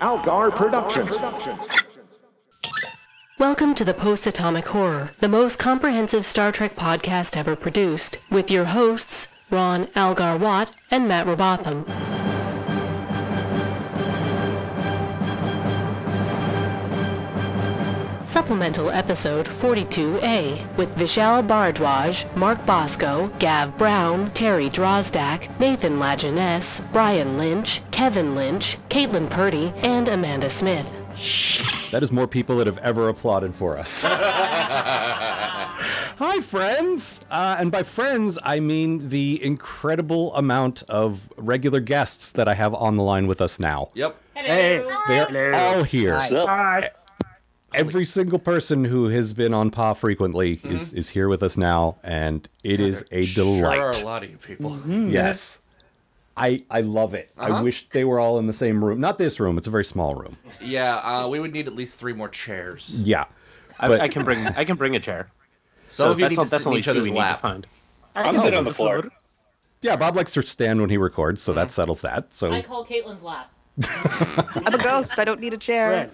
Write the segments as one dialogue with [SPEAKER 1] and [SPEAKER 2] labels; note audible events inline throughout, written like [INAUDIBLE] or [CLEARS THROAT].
[SPEAKER 1] Algar Productions.
[SPEAKER 2] Welcome to the Post Atomic Horror, the most comprehensive Star Trek podcast ever produced, with your hosts, Ron Algar Watt and Matt Robotham. Supplemental Episode 42A with Vishal Bhardwaj, Mark Bosco, Gav Brown, Terry Drozdak, Nathan Lajeunesse, Brian Lynch, Kevin Lynch, Caitlin Purdy, and Amanda Smith.
[SPEAKER 3] That is more people that have ever applauded for us. [LAUGHS] Hi, friends. Uh, and by friends, I mean the incredible amount of regular guests that I have on the line with us now.
[SPEAKER 4] Yep.
[SPEAKER 5] Hey,
[SPEAKER 3] They are all here.
[SPEAKER 5] hi.
[SPEAKER 3] Every single person who has been on PA frequently
[SPEAKER 5] Mm-hmm.
[SPEAKER 3] is, is here with us now, and it is a
[SPEAKER 4] There are
[SPEAKER 3] delight.
[SPEAKER 4] a lot of you people.
[SPEAKER 5] Mm-hmm.
[SPEAKER 3] mm-hmm. Yes. I, I love it.
[SPEAKER 5] Uh-huh.
[SPEAKER 3] I wish they were all in the same room. Not this room, it's a very small room.
[SPEAKER 4] Yeah, uh, we would need at least three more chairs.
[SPEAKER 3] Yeah.
[SPEAKER 5] I,
[SPEAKER 3] But-
[SPEAKER 5] I can bring I can bring a chair.
[SPEAKER 4] Some
[SPEAKER 5] So
[SPEAKER 4] of you
[SPEAKER 5] that's
[SPEAKER 4] need
[SPEAKER 5] all,
[SPEAKER 4] to
[SPEAKER 5] that's
[SPEAKER 4] sit in
[SPEAKER 5] only
[SPEAKER 4] each
[SPEAKER 5] two
[SPEAKER 4] other's
[SPEAKER 5] we need to
[SPEAKER 4] lap.
[SPEAKER 5] find.
[SPEAKER 6] I
[SPEAKER 3] Oh.
[SPEAKER 6] can sit on the floor.
[SPEAKER 3] Yeah, Bob likes to stand when he records, so that settles that. So
[SPEAKER 7] I call Caitlin's lap.
[SPEAKER 8] I'm a ghost. I don't need a chair.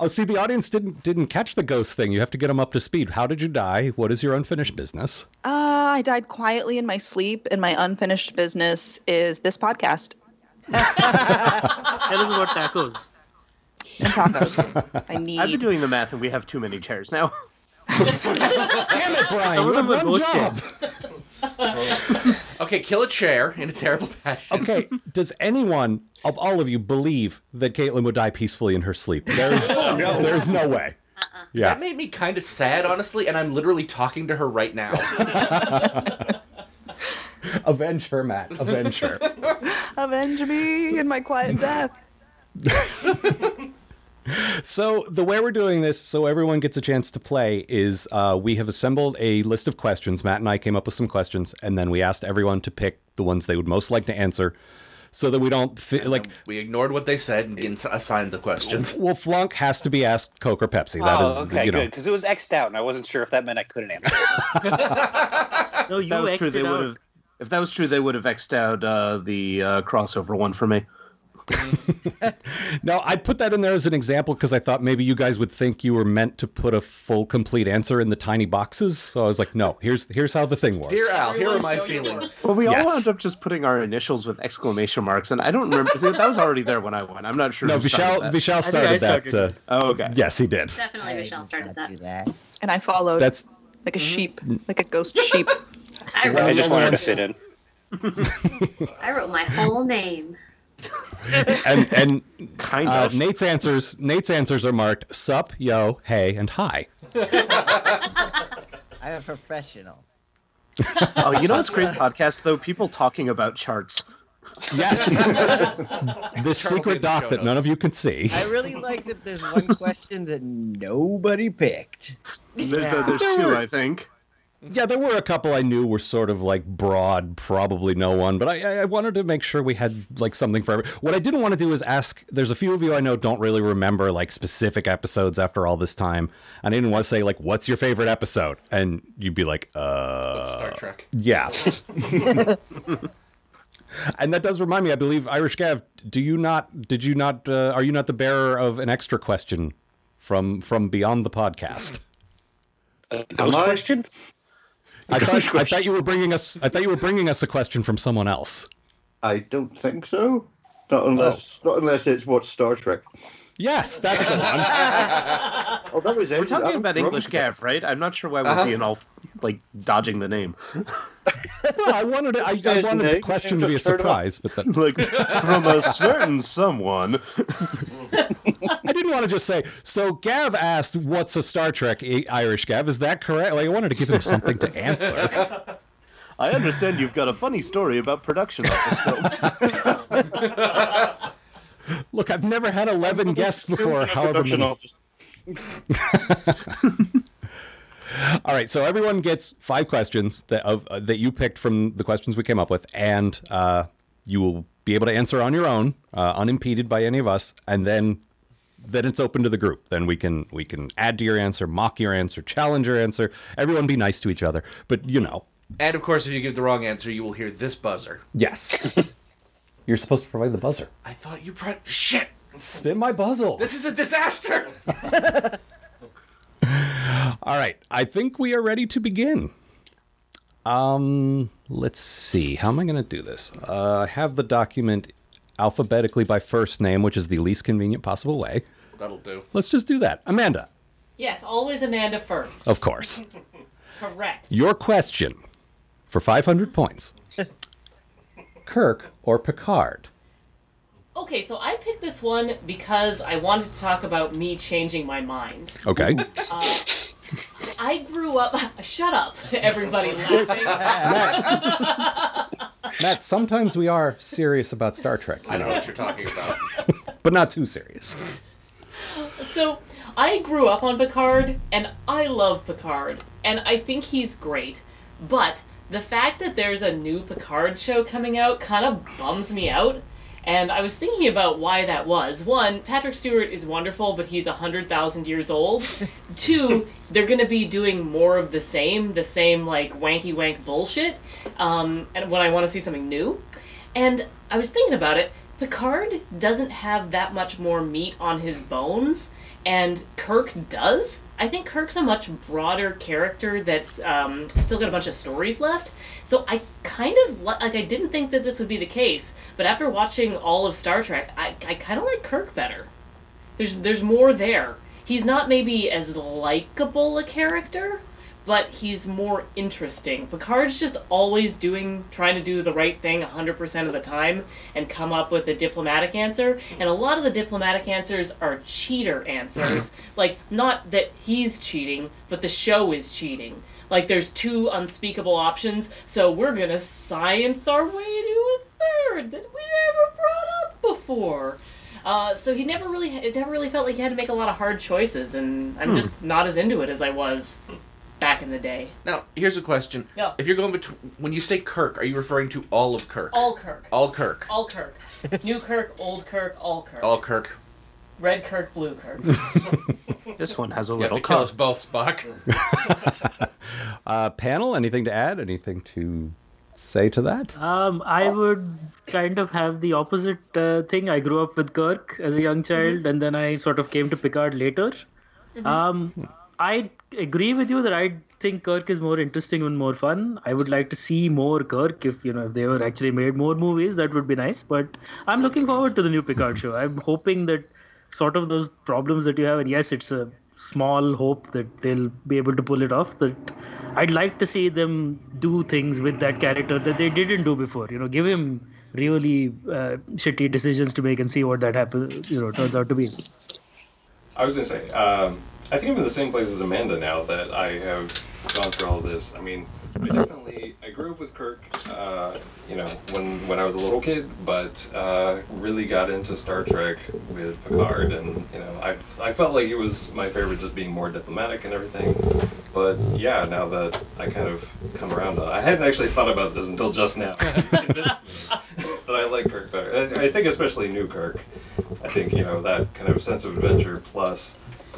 [SPEAKER 3] Oh, see, the audience didn't didn't catch the ghost thing. You have to get them up to speed. How did you die? What is your unfinished business?
[SPEAKER 8] Uh, I died quietly in my sleep, and my unfinished business is this podcast
[SPEAKER 5] Tell us about tacos.
[SPEAKER 8] and tacos. I
[SPEAKER 5] I've been
[SPEAKER 8] need.
[SPEAKER 5] doing the math and we have too many chairs now.
[SPEAKER 3] Damn it, Brian!
[SPEAKER 5] Some of
[SPEAKER 3] you
[SPEAKER 5] them
[SPEAKER 3] have
[SPEAKER 5] are
[SPEAKER 3] one
[SPEAKER 5] ghost
[SPEAKER 3] job.
[SPEAKER 4] Okay, kill a chair in a terrible fashion.
[SPEAKER 3] Okay, does anyone of all of you believe that Caitlin would die peacefully in her sleep? There's no, [LAUGHS] there's no way.
[SPEAKER 4] That
[SPEAKER 3] Yeah,
[SPEAKER 4] made me kind of sad, honestly, and I'm literally talking to her right now.
[SPEAKER 3] avenge her, Matt. Avenge [LAUGHS] her.
[SPEAKER 8] Avenge me in my quiet death.
[SPEAKER 3] So the way we're doing this, so everyone gets a chance to play, is uh, we have assembled a list of questions. Matt and I came up with some questions, and then we asked everyone to pick the ones they would most like to answer, so that we don't fi- like.
[SPEAKER 4] we ignored what they said and ins- assigned the questions.
[SPEAKER 3] Well, flunk has to be asked Coke or Pepsi. That is,
[SPEAKER 6] Oh, okay,
[SPEAKER 3] you know,
[SPEAKER 6] good. Because it was X'd out, and I wasn't sure if that meant I
[SPEAKER 5] [LAUGHS]
[SPEAKER 6] couldn't answer.
[SPEAKER 5] No, you that was true, they would have if that was true, they would have X'd out uh, the uh, crossover one for me.
[SPEAKER 3] No, I put that in there as an example because I thought maybe you guys would think you were meant to put a full, complete answer in the tiny boxes. So I was like, no, here's here's how the thing works.
[SPEAKER 4] Dear Al, here are
[SPEAKER 7] Everyone
[SPEAKER 4] my
[SPEAKER 7] show your
[SPEAKER 4] feelings.
[SPEAKER 5] Well, we
[SPEAKER 3] Yes.
[SPEAKER 5] all wound up just putting our initials with exclamation marks, and I don't remember. see, that was already there when I went. I'm not sure.
[SPEAKER 3] no,
[SPEAKER 5] who started
[SPEAKER 3] Vishal
[SPEAKER 5] that.
[SPEAKER 3] Vishal started that. Uh,
[SPEAKER 5] Oh, okay.
[SPEAKER 3] yes, he did.
[SPEAKER 9] Definitely, Michelle started that.
[SPEAKER 8] And I followed
[SPEAKER 3] That's
[SPEAKER 8] like a sheep, like a ghost sheep.
[SPEAKER 9] I wrote,
[SPEAKER 6] I just wanted
[SPEAKER 9] that's-
[SPEAKER 6] to fit in.
[SPEAKER 9] I wrote my whole name.
[SPEAKER 3] and and
[SPEAKER 5] Kind
[SPEAKER 3] uh,
[SPEAKER 5] of.
[SPEAKER 3] Nate's answers Nate's answers are marked sup, yo, hey, and hi.
[SPEAKER 10] [LAUGHS] I'm a professional.
[SPEAKER 5] [LAUGHS] oh, you know what's
[SPEAKER 3] [LAUGHS]
[SPEAKER 5] great podcast though? People talking about charts.
[SPEAKER 4] [LAUGHS]
[SPEAKER 3] Yes, the secret
[SPEAKER 4] in the show
[SPEAKER 3] doc that none
[SPEAKER 4] notes.
[SPEAKER 3] of you can see.
[SPEAKER 5] [LAUGHS]
[SPEAKER 10] I really like that there's one question that nobody picked.
[SPEAKER 5] There's, uh, there's two, I think.
[SPEAKER 3] Yeah, there were a couple I knew were sort of like broad, probably no one, but I, I- I wanted to make sure we had like something for every. What I didn't want to do is ask. There's a few of you I know don't really remember like specific episodes after all this time, and I didn't want to say like, "What's your favorite episode?" and you'd be like, "Uh,
[SPEAKER 4] Star Trek. [LAUGHS]
[SPEAKER 3] yeah." [LAUGHS] and that does remind me. I believe Irish Gav, do you not? Did you not? Uh, are you not the bearer of an extra question from from beyond the podcast?
[SPEAKER 6] A ghost question?
[SPEAKER 3] I thought, I thought you were bringing us. I thought you were bringing us a question from someone else.
[SPEAKER 11] I don't think so. Not unless,
[SPEAKER 3] Oh.
[SPEAKER 11] not unless it's what
[SPEAKER 5] [LAUGHS]
[SPEAKER 11] Star Trek.
[SPEAKER 3] Yes, that's the one.
[SPEAKER 11] Oh, that was it.
[SPEAKER 5] We're talking about English Gav, right? I'm not sure why we're
[SPEAKER 4] Uh-huh.
[SPEAKER 5] being all like dodging the name.
[SPEAKER 3] No, I wanted. it- I, I
[SPEAKER 11] says
[SPEAKER 3] wanted the
[SPEAKER 11] Nick,
[SPEAKER 3] question
[SPEAKER 11] you
[SPEAKER 3] to be a
[SPEAKER 11] just heard about-
[SPEAKER 3] surprise, but
[SPEAKER 11] [LAUGHS]
[SPEAKER 3] that,
[SPEAKER 5] like [LAUGHS] from a [LAUGHS] certain someone.
[SPEAKER 3] I didn't want to just say. So Gav asked, "What's a Star Trek?" I- Irish Gav, is that correct? Like I wanted to give him something to answer.
[SPEAKER 5] I understand you've got a funny story about production of this film.
[SPEAKER 3] Look, I've never had eleven guests before. However,
[SPEAKER 6] Production
[SPEAKER 3] many.
[SPEAKER 6] office.
[SPEAKER 3] all right. So everyone gets five questions that of uh, that you picked from the questions we came up with, and uh, you will be able to answer on your own, uh, unimpeded by any of us, and then then it's open to the group. Then we can we can add to your answer, mock your answer, challenge your answer. Everyone be nice to each other. But you know,
[SPEAKER 4] And of course, if you give the wrong answer, you will hear this buzzer.
[SPEAKER 3] yes. [LAUGHS] You're supposed to provide the buzzer.
[SPEAKER 4] I thought you brought shit.
[SPEAKER 3] Spin my buzzle.
[SPEAKER 4] This is a
[SPEAKER 3] [LAUGHS]
[SPEAKER 4] disaster.
[SPEAKER 3] All right, I think we are ready to begin. Um, let's see. How am I going to do this? Uh, I have the document alphabetically by first name, which is the least convenient possible way.
[SPEAKER 4] That'll do.
[SPEAKER 3] Let's just do that. Amanda,
[SPEAKER 1] [LAUGHS] Yes, always Amanda first.
[SPEAKER 3] of course.
[SPEAKER 1] [LAUGHS] Correct.
[SPEAKER 3] Your question for 500 points. Kirk or Picard?
[SPEAKER 1] Okay, so I picked this one because I wanted to talk about me changing my mind.
[SPEAKER 3] Okay.
[SPEAKER 1] Uh, I grew up. [LAUGHS] Shut up, everybody laughing.
[SPEAKER 3] Matt, sometimes we are serious about Star Trek.
[SPEAKER 4] I know what you're talking about.
[SPEAKER 3] [LAUGHS] But not too serious.
[SPEAKER 1] so I grew up on Picard, and I love Picard, and I think he's great. But the fact that there's a new Picard show coming out kind of bums me out. And I was thinking about why that was. One, Patrick Stewart is wonderful, but he's 100,000 years old. Two, they're going to be doing more of the same, the same, like, wanky wank bullshit, um, and when I want to see something new. And I was thinking about it. Picard doesn't have that much more meat on his bones, and Kirk does. I think Kirk's a much broader character that's um, still got a bunch of stories left. So I kind of li- like I didn't think that this would be the case, but after watching all of Star Trek, I, I kind of like Kirk better. There's there's more there. He's not maybe as likable a character, but he's more interesting. Picard's just always doing, trying to do the right thing 100% of the time and come up with a diplomatic answer. And a lot of the diplomatic answers are cheater answers. like, not that he's cheating, but the show is cheating. Like, there's two unspeakable options, so we're gonna science our way to a third that we never brought up before. Uh, so he never really, it never really felt like he had to make a lot of hard choices, and I'm
[SPEAKER 4] Hmm.
[SPEAKER 1] just not as into it as I was back in the day.
[SPEAKER 4] Now, here's a question.
[SPEAKER 1] No.
[SPEAKER 4] If you're going between, when you say Kirk, are you referring to all of Kirk?
[SPEAKER 1] All Kirk.
[SPEAKER 4] All Kirk. [LAUGHS]
[SPEAKER 1] All Kirk. New Kirk, old Kirk, all Kirk.
[SPEAKER 4] All Kirk.
[SPEAKER 1] Red Kirk, blue Kirk.
[SPEAKER 5] [LAUGHS] This one has a
[SPEAKER 1] [LAUGHS]
[SPEAKER 4] You have
[SPEAKER 5] little
[SPEAKER 4] to kill
[SPEAKER 5] cut.
[SPEAKER 4] us both, Spock.
[SPEAKER 3] [LAUGHS] Uh, panel, anything to add? Anything to say to that?
[SPEAKER 7] Um, I would kind of have the opposite uh, thing. I grew up with Kirk as a young child, and then I sort of came to Picard later.
[SPEAKER 1] Mhm.
[SPEAKER 7] Um, I agree with you that I think Kirk is more interesting and more fun. I would like to see more Kirk if you know if they were actually made more movies. That would be nice. But I'm looking forward to the new Picard show. I'm hoping that sort of those problems that you have, and yes, it's a small hope that they'll be able to pull it off. That I'd like to see them do things with that character that they didn't do before. You know, give him really uh, shitty decisions to make and see what that happens. You know, turns out to be.
[SPEAKER 12] I was gonna say, um, I think I'm in the same place as Amanda now that I have gone through all of this. I mean, I definitely I grew up with Kirk, uh, you know, when when I was a little kid, but uh, really got into Star Trek with Picard, and you know, I I felt like it was my favorite, just being more diplomatic and everything. But yeah, now that I kind of come around, I hadn't actually thought about this until just now. [LAUGHS] You convinced me that I like Kirk better. I, I think especially New Kirk. I think you know that kind of sense of adventure plus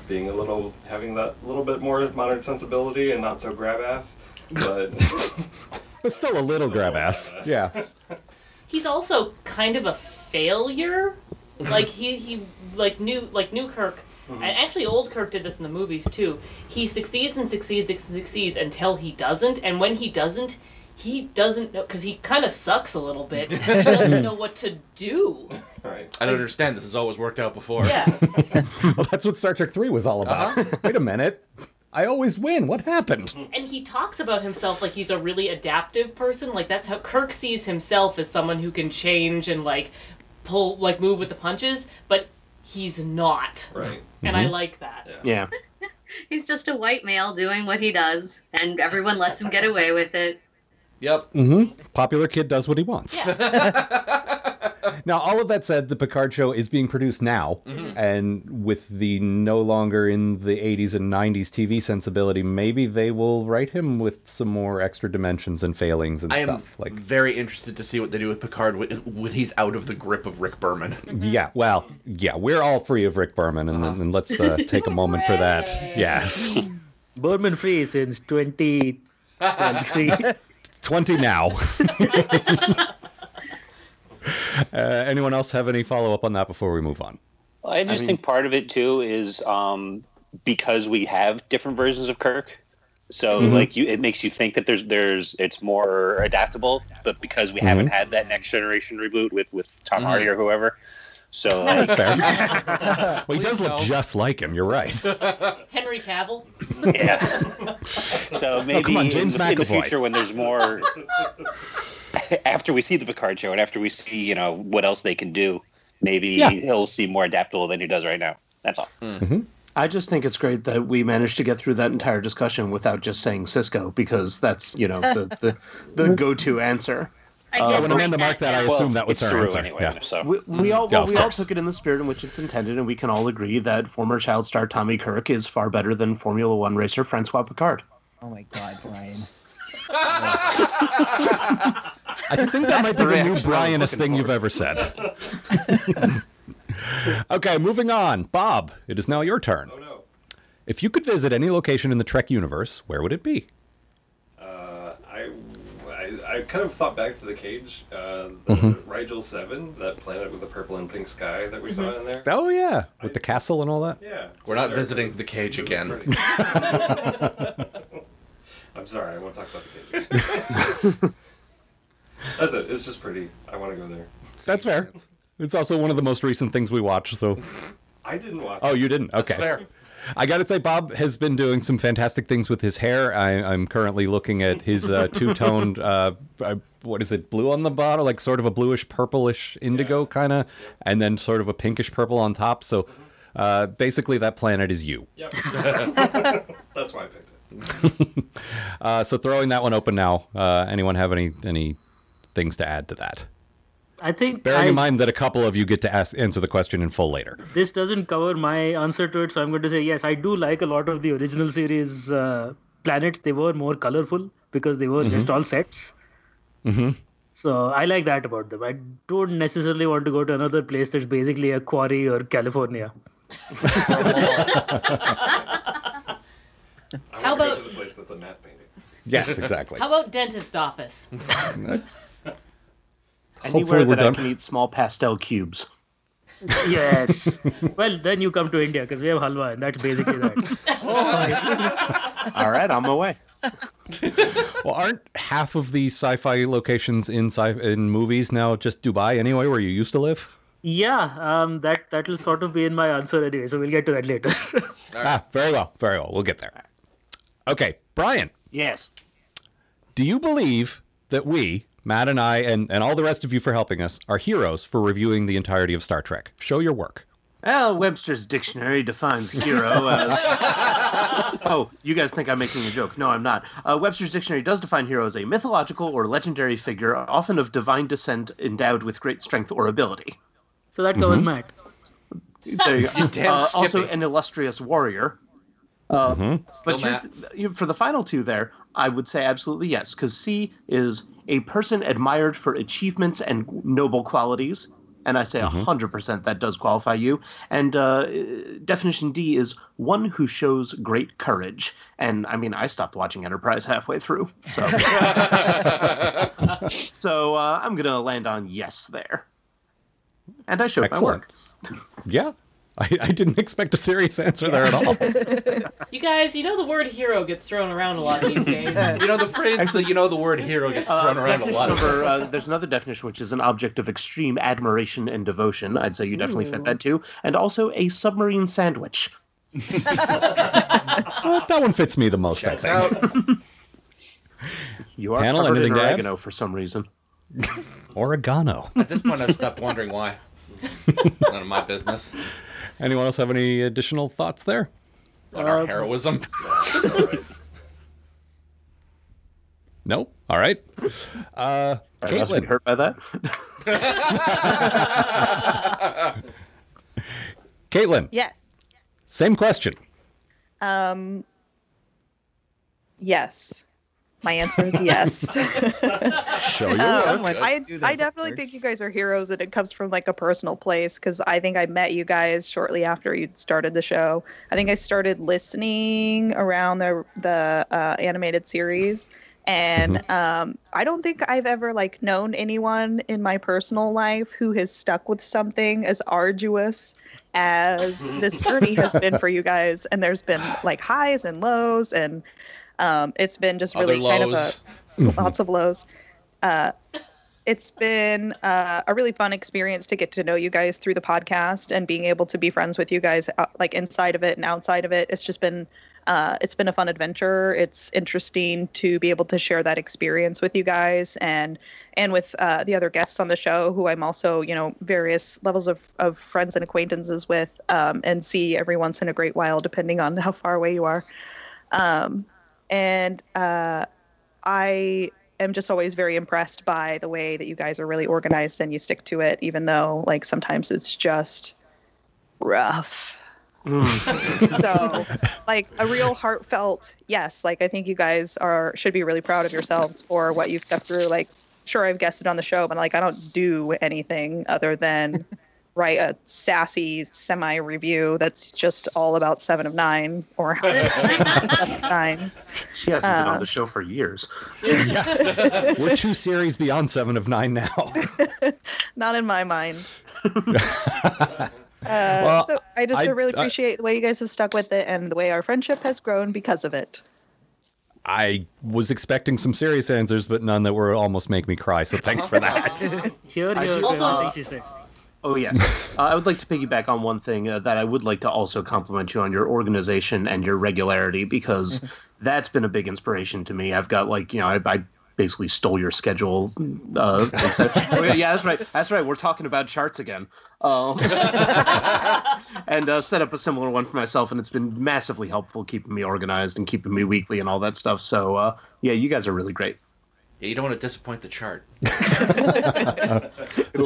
[SPEAKER 12] being a little having that little bit more modern sensibility and not so grab ass,
[SPEAKER 4] [LAUGHS]
[SPEAKER 12] but
[SPEAKER 3] But still a little grab ass. Yeah.
[SPEAKER 1] He's also kind of
[SPEAKER 4] [LAUGHS]
[SPEAKER 1] a failure. Like he, he like new like new Kirk
[SPEAKER 4] Mm-hmm.
[SPEAKER 7] Mhm.
[SPEAKER 1] and actually old Kirk did this in the movies too. He succeeds and succeeds and succeeds until he doesn't, and when he doesn't, he doesn't know because he kind of sucks a little bit. He
[SPEAKER 4] [LAUGHS]
[SPEAKER 1] doesn't know what to do.
[SPEAKER 12] right.
[SPEAKER 4] I don't understand. This has always worked out before.
[SPEAKER 3] [LAUGHS] well, that's what Star Trek 3 was all about.
[SPEAKER 4] Uh-huh.
[SPEAKER 3] Wait a minute. I always win. What happened?
[SPEAKER 1] Hmm. And he talks about himself like he's a really adaptive person. Like that's how Kirk sees himself as someone who can change and like pull like move with the punches, but he's not.
[SPEAKER 12] Right.
[SPEAKER 1] And I
[SPEAKER 3] Mm-hmm.
[SPEAKER 7] Mhm.
[SPEAKER 1] like that.
[SPEAKER 5] Yeah.
[SPEAKER 9] He's just a white male doing what he does, and everyone lets him get away with it.
[SPEAKER 4] Yep.
[SPEAKER 3] Mm-hmm. Popular kid does what he wants. [LAUGHS] now, all of that said, the Picard show is being produced now,
[SPEAKER 4] Mhm.
[SPEAKER 3] and with the no longer in the 80s and 90s TV sensibility, maybe they will write him with some more extra dimensions and failings and
[SPEAKER 4] I am
[SPEAKER 3] stuff. Like,
[SPEAKER 4] very interested to see what they do with Picard when, when he's out of the grip of Rick Berman.
[SPEAKER 3] Mm-hmm. yeah, well, yeah, we're all free of Rick Berman, and, then and let's uh, take a moment for that. [LAUGHS] Yes,
[SPEAKER 7] Berman free since 2023.
[SPEAKER 3] [LAUGHS] 20 now. Uh, anyone else have any follow up on that before we move on?
[SPEAKER 6] I just
[SPEAKER 3] I mean-
[SPEAKER 6] think part of it too is um, because we have different versions of Kirk. So
[SPEAKER 3] Mhm.
[SPEAKER 6] like you, it makes you think that there's there's it's more adaptable, but because we
[SPEAKER 3] Mhm.
[SPEAKER 6] haven't had that next generation reboot with with Tom
[SPEAKER 3] Mhm.
[SPEAKER 6] Hardy
[SPEAKER 5] Mm-hmm.
[SPEAKER 6] or whoever,
[SPEAKER 1] [LAUGHS]
[SPEAKER 6] so like,
[SPEAKER 3] That's
[SPEAKER 12] [LAUGHS]
[SPEAKER 3] fair. well, he does look just like him. You're right.
[SPEAKER 1] Henry Cavill. [LAUGHS]
[SPEAKER 6] Yeah. [LAUGHS] So maybe
[SPEAKER 3] come on,
[SPEAKER 6] in
[SPEAKER 3] James
[SPEAKER 6] the- in, the,
[SPEAKER 3] McAvoy.
[SPEAKER 6] future when there's more, [LAUGHS] after we see the Picard show and after we see you know what else they can do, maybe
[SPEAKER 5] Yeah.
[SPEAKER 6] he'll seem more adaptable than he does right now. That's all.
[SPEAKER 5] I just think it's great that we managed to get through that entire discussion without just saying Cisco because that's you know the the, the go to answer.
[SPEAKER 3] I did Yeah, when Amanda write marked that that, I yeah. assumed that was Well, it's her true answer, anyway, yeah. so-
[SPEAKER 5] we, we all
[SPEAKER 3] Yeah,
[SPEAKER 5] well,
[SPEAKER 3] of
[SPEAKER 5] we all
[SPEAKER 3] course.
[SPEAKER 5] took it in the spirit in which it's intended, and we can all agree that former child star Tommy Kirk is far better than Formula One racer Francois Picard.
[SPEAKER 10] Oh my god, Brian.
[SPEAKER 3] I think that might be the
[SPEAKER 5] reaction I
[SPEAKER 3] new
[SPEAKER 5] was
[SPEAKER 3] Brianest thing you've ever
[SPEAKER 5] [LAUGHS]
[SPEAKER 3] said. okay, moving on. Bob, it is now your turn. Oh,
[SPEAKER 12] no.
[SPEAKER 3] If you could visit any location in the Trek universe, where would it be?
[SPEAKER 12] Uh, I, I, I kind of thought back to the cage, uh, the
[SPEAKER 3] Mhm.
[SPEAKER 4] Mm-hmm.
[SPEAKER 12] Rigel Seven, that planet with the purple and pink sky that we saw in there.
[SPEAKER 3] Oh, yeah. With the castle and all that?
[SPEAKER 12] Yeah.
[SPEAKER 4] We're not visiting the cage again.
[SPEAKER 12] [LAUGHS] I'm sorry, I won't talk about the cage.
[SPEAKER 4] [LAUGHS]
[SPEAKER 12] again. That's it. It's just pretty. I want to go there.
[SPEAKER 3] That's fair. It's also one of the most recent things we watched, so.
[SPEAKER 12] I didn't watch.
[SPEAKER 3] Oh,
[SPEAKER 12] it.
[SPEAKER 3] you didn't? Okay. I got to say, Bob has been doing some fantastic things with his hair. I, I'm currently looking at his uh, two toned, uh, uh, what is it, blue on the bottom, like sort of a bluish purplish indigo kind of, and then sort of a pinkish purple on top. So uh, basically, that planet is you. [LAUGHS]
[SPEAKER 12] Yep. [LAUGHS] That's why I picked it.
[SPEAKER 3] uh, so throwing that one open now. Uh, anyone have any any things to add to that?
[SPEAKER 7] I think
[SPEAKER 3] Bearing
[SPEAKER 7] I-
[SPEAKER 3] in mind that a couple of you get to ask answer the question in full later.
[SPEAKER 7] this doesn't cover my answer to it, so I'm going to say yes. I do like a lot of the original series uh, planets. They were more colorful because they were just
[SPEAKER 3] Mhm.
[SPEAKER 7] all sets.
[SPEAKER 3] Mm-hmm.
[SPEAKER 7] So I like that about them. I don't necessarily want to go to another place that's basically a quarry or California.
[SPEAKER 1] How
[SPEAKER 12] I want to go
[SPEAKER 1] about-
[SPEAKER 12] to the place that's a matte painting.
[SPEAKER 3] Yes, exactly.
[SPEAKER 1] [LAUGHS] How about dentist office?
[SPEAKER 3] That's-
[SPEAKER 5] Anywhere
[SPEAKER 3] we're
[SPEAKER 5] that I
[SPEAKER 3] done.
[SPEAKER 5] can eat small pastel cubes.
[SPEAKER 7] yes. Well, then you come to India because we have halwa, and that's basically that.
[SPEAKER 5] All right, I'm away.
[SPEAKER 3] [LAUGHS] well, aren't half of the sci-fi locations in sci- in movies now just Dubai anyway, where you used to live?
[SPEAKER 7] Yeah, um, that that'll sort of be in my answer anyway. So we'll get to that later. [LAUGHS]
[SPEAKER 3] Ah, very well, very well. We'll get there. Okay, Brian,
[SPEAKER 5] yes.
[SPEAKER 3] do you believe that we, Matt and I, and, and all the rest of you for helping us, are heroes for reviewing the entirety of Star Trek? Show your work.
[SPEAKER 5] Well, Webster's dictionary
[SPEAKER 7] [LAUGHS]
[SPEAKER 5] defines hero as. oh, you guys think I'm making a joke. No, I'm not. Uh, Webster's dictionary does define hero as a mythological or legendary figure, often of divine descent, endowed with great strength or ability.
[SPEAKER 7] so that covers
[SPEAKER 5] Mhm.
[SPEAKER 7] [LAUGHS] Matt. [LAUGHS]
[SPEAKER 5] There you go.
[SPEAKER 7] Mm-hmm. Damn
[SPEAKER 5] Uh, also,
[SPEAKER 7] Skippy. Mm-hmm.
[SPEAKER 5] an illustrious warrior. Uh,
[SPEAKER 3] Mm-hmm.
[SPEAKER 4] Still
[SPEAKER 5] But here's you- for the final two there, I would say absolutely yes, because C is a person admired for achievements and noble qualities. And I say a 100% that does qualify you. And uh, definition D is one who shows great courage. And I mean, I stopped watching Enterprise halfway through. So, [LAUGHS] so uh, I'm going to land on yes there. And I showed my
[SPEAKER 3] Excellent.
[SPEAKER 5] work.
[SPEAKER 3] Yeah, I, I didn't expect a serious answer there at
[SPEAKER 5] [LAUGHS]
[SPEAKER 3] all.
[SPEAKER 1] You guys, you know the word hero gets thrown around a lot these
[SPEAKER 3] [LAUGHS]
[SPEAKER 1] days.
[SPEAKER 4] you know the phrase that you know the word hero gets
[SPEAKER 5] Uh,
[SPEAKER 4] thrown around a
[SPEAKER 5] definition
[SPEAKER 4] lot.
[SPEAKER 5] number, uh, there's another definition which is an object of extreme admiration and devotion. I'd say you definitely fit
[SPEAKER 4] Ooh.
[SPEAKER 5] that too, and also a submarine sandwich.
[SPEAKER 3] Uh, that one fits me the most, I think.
[SPEAKER 5] [LAUGHS] You are
[SPEAKER 3] Panel,
[SPEAKER 5] covered in
[SPEAKER 3] anything to add?
[SPEAKER 5] oregano for some reason.
[SPEAKER 3] [LAUGHS] Oregano.
[SPEAKER 4] At this point, I've stopped wondering
[SPEAKER 3] [LAUGHS]
[SPEAKER 4] why. None of my business.
[SPEAKER 3] Anyone else have any additional thoughts there?
[SPEAKER 4] On
[SPEAKER 6] Uh,
[SPEAKER 4] our heroism.
[SPEAKER 3] [LAUGHS] Nope. All right. Uh,
[SPEAKER 5] Sorry, I was
[SPEAKER 3] Caitlin,
[SPEAKER 5] hurt by that.
[SPEAKER 3] [LAUGHS] Caitlin,
[SPEAKER 8] Yes.
[SPEAKER 3] same question.
[SPEAKER 8] Um. Yes. My answer is yes. [LAUGHS]
[SPEAKER 3] Show your
[SPEAKER 8] Um,
[SPEAKER 3] work.
[SPEAKER 8] I, I definitely think you guys are heroes and it comes from like a personal place because I think I met you guys shortly after you started the show. I think I started listening around the the uh, animated series and
[SPEAKER 4] Mm-hmm.
[SPEAKER 8] um, i don't think i've ever like known anyone in my personal life who has stuck with something as arduous as this journey has been for you guys and there's been like highs and lows and um, it's been just
[SPEAKER 4] Other
[SPEAKER 8] really kind
[SPEAKER 4] lows.
[SPEAKER 8] of a, lots of lows uh, it's been uh, a really fun experience to get to know you guys through the podcast and being able to be friends with you guys uh, like inside of it and outside of it it's just been uh, it's been a fun adventure it's interesting to be able to share that experience with you guys and and with uh, the other guests on the show who i'm also you know various levels of, of friends and acquaintances with um, and see every once in a great while depending on how far away you are um, and uh, I am just always very impressed by the way that you guys are really organized and you stick to it, even though like sometimes it's just rough.
[SPEAKER 3] Hmm.
[SPEAKER 8] so, like a real heartfelt yes. Like I think you guys are should be really proud of yourselves for what you've stepped through. Like, sure, I've guessed it on the show, but like I don't do anything other than write a sassy semi review that's just all about Seven of Nine or how Seven of Nine.
[SPEAKER 5] She hasn't been
[SPEAKER 8] Uh,
[SPEAKER 5] on the show for years.
[SPEAKER 3] We're two series beyond Seven of Nine now.
[SPEAKER 8] Not in my mind. [LAUGHS] Uh,
[SPEAKER 3] Well,
[SPEAKER 8] so I just
[SPEAKER 3] I-
[SPEAKER 8] really
[SPEAKER 3] I-
[SPEAKER 8] appreciate the way you guys have stuck with it and the way our friendship has grown because of it.
[SPEAKER 3] I was expecting some serious answers, but none that were almost make me cry. So thanks for that.
[SPEAKER 4] [LAUGHS]
[SPEAKER 7] Here,
[SPEAKER 5] I
[SPEAKER 7] here,
[SPEAKER 5] should-
[SPEAKER 7] also,
[SPEAKER 5] Also-
[SPEAKER 7] I think she said.
[SPEAKER 5] Oh yes, uh, I would like to piggyback on one thing uh, that I would like to also compliment you on your organization and your regularity because that's been a big inspiration to me. I've got like you know I. I Basically stole your schedule. Uh, and said- Oh, yeah, yeah, that's right. That's right. We're talking about charts again. Uh, [LAUGHS] and uh, set up a similar one for myself, and it's been massively helpful keeping me organized and keeping me weekly and all that stuff. So uh, yeah, you guys are really great.
[SPEAKER 4] Yeah, you don't want to disappoint the chart.
[SPEAKER 3] The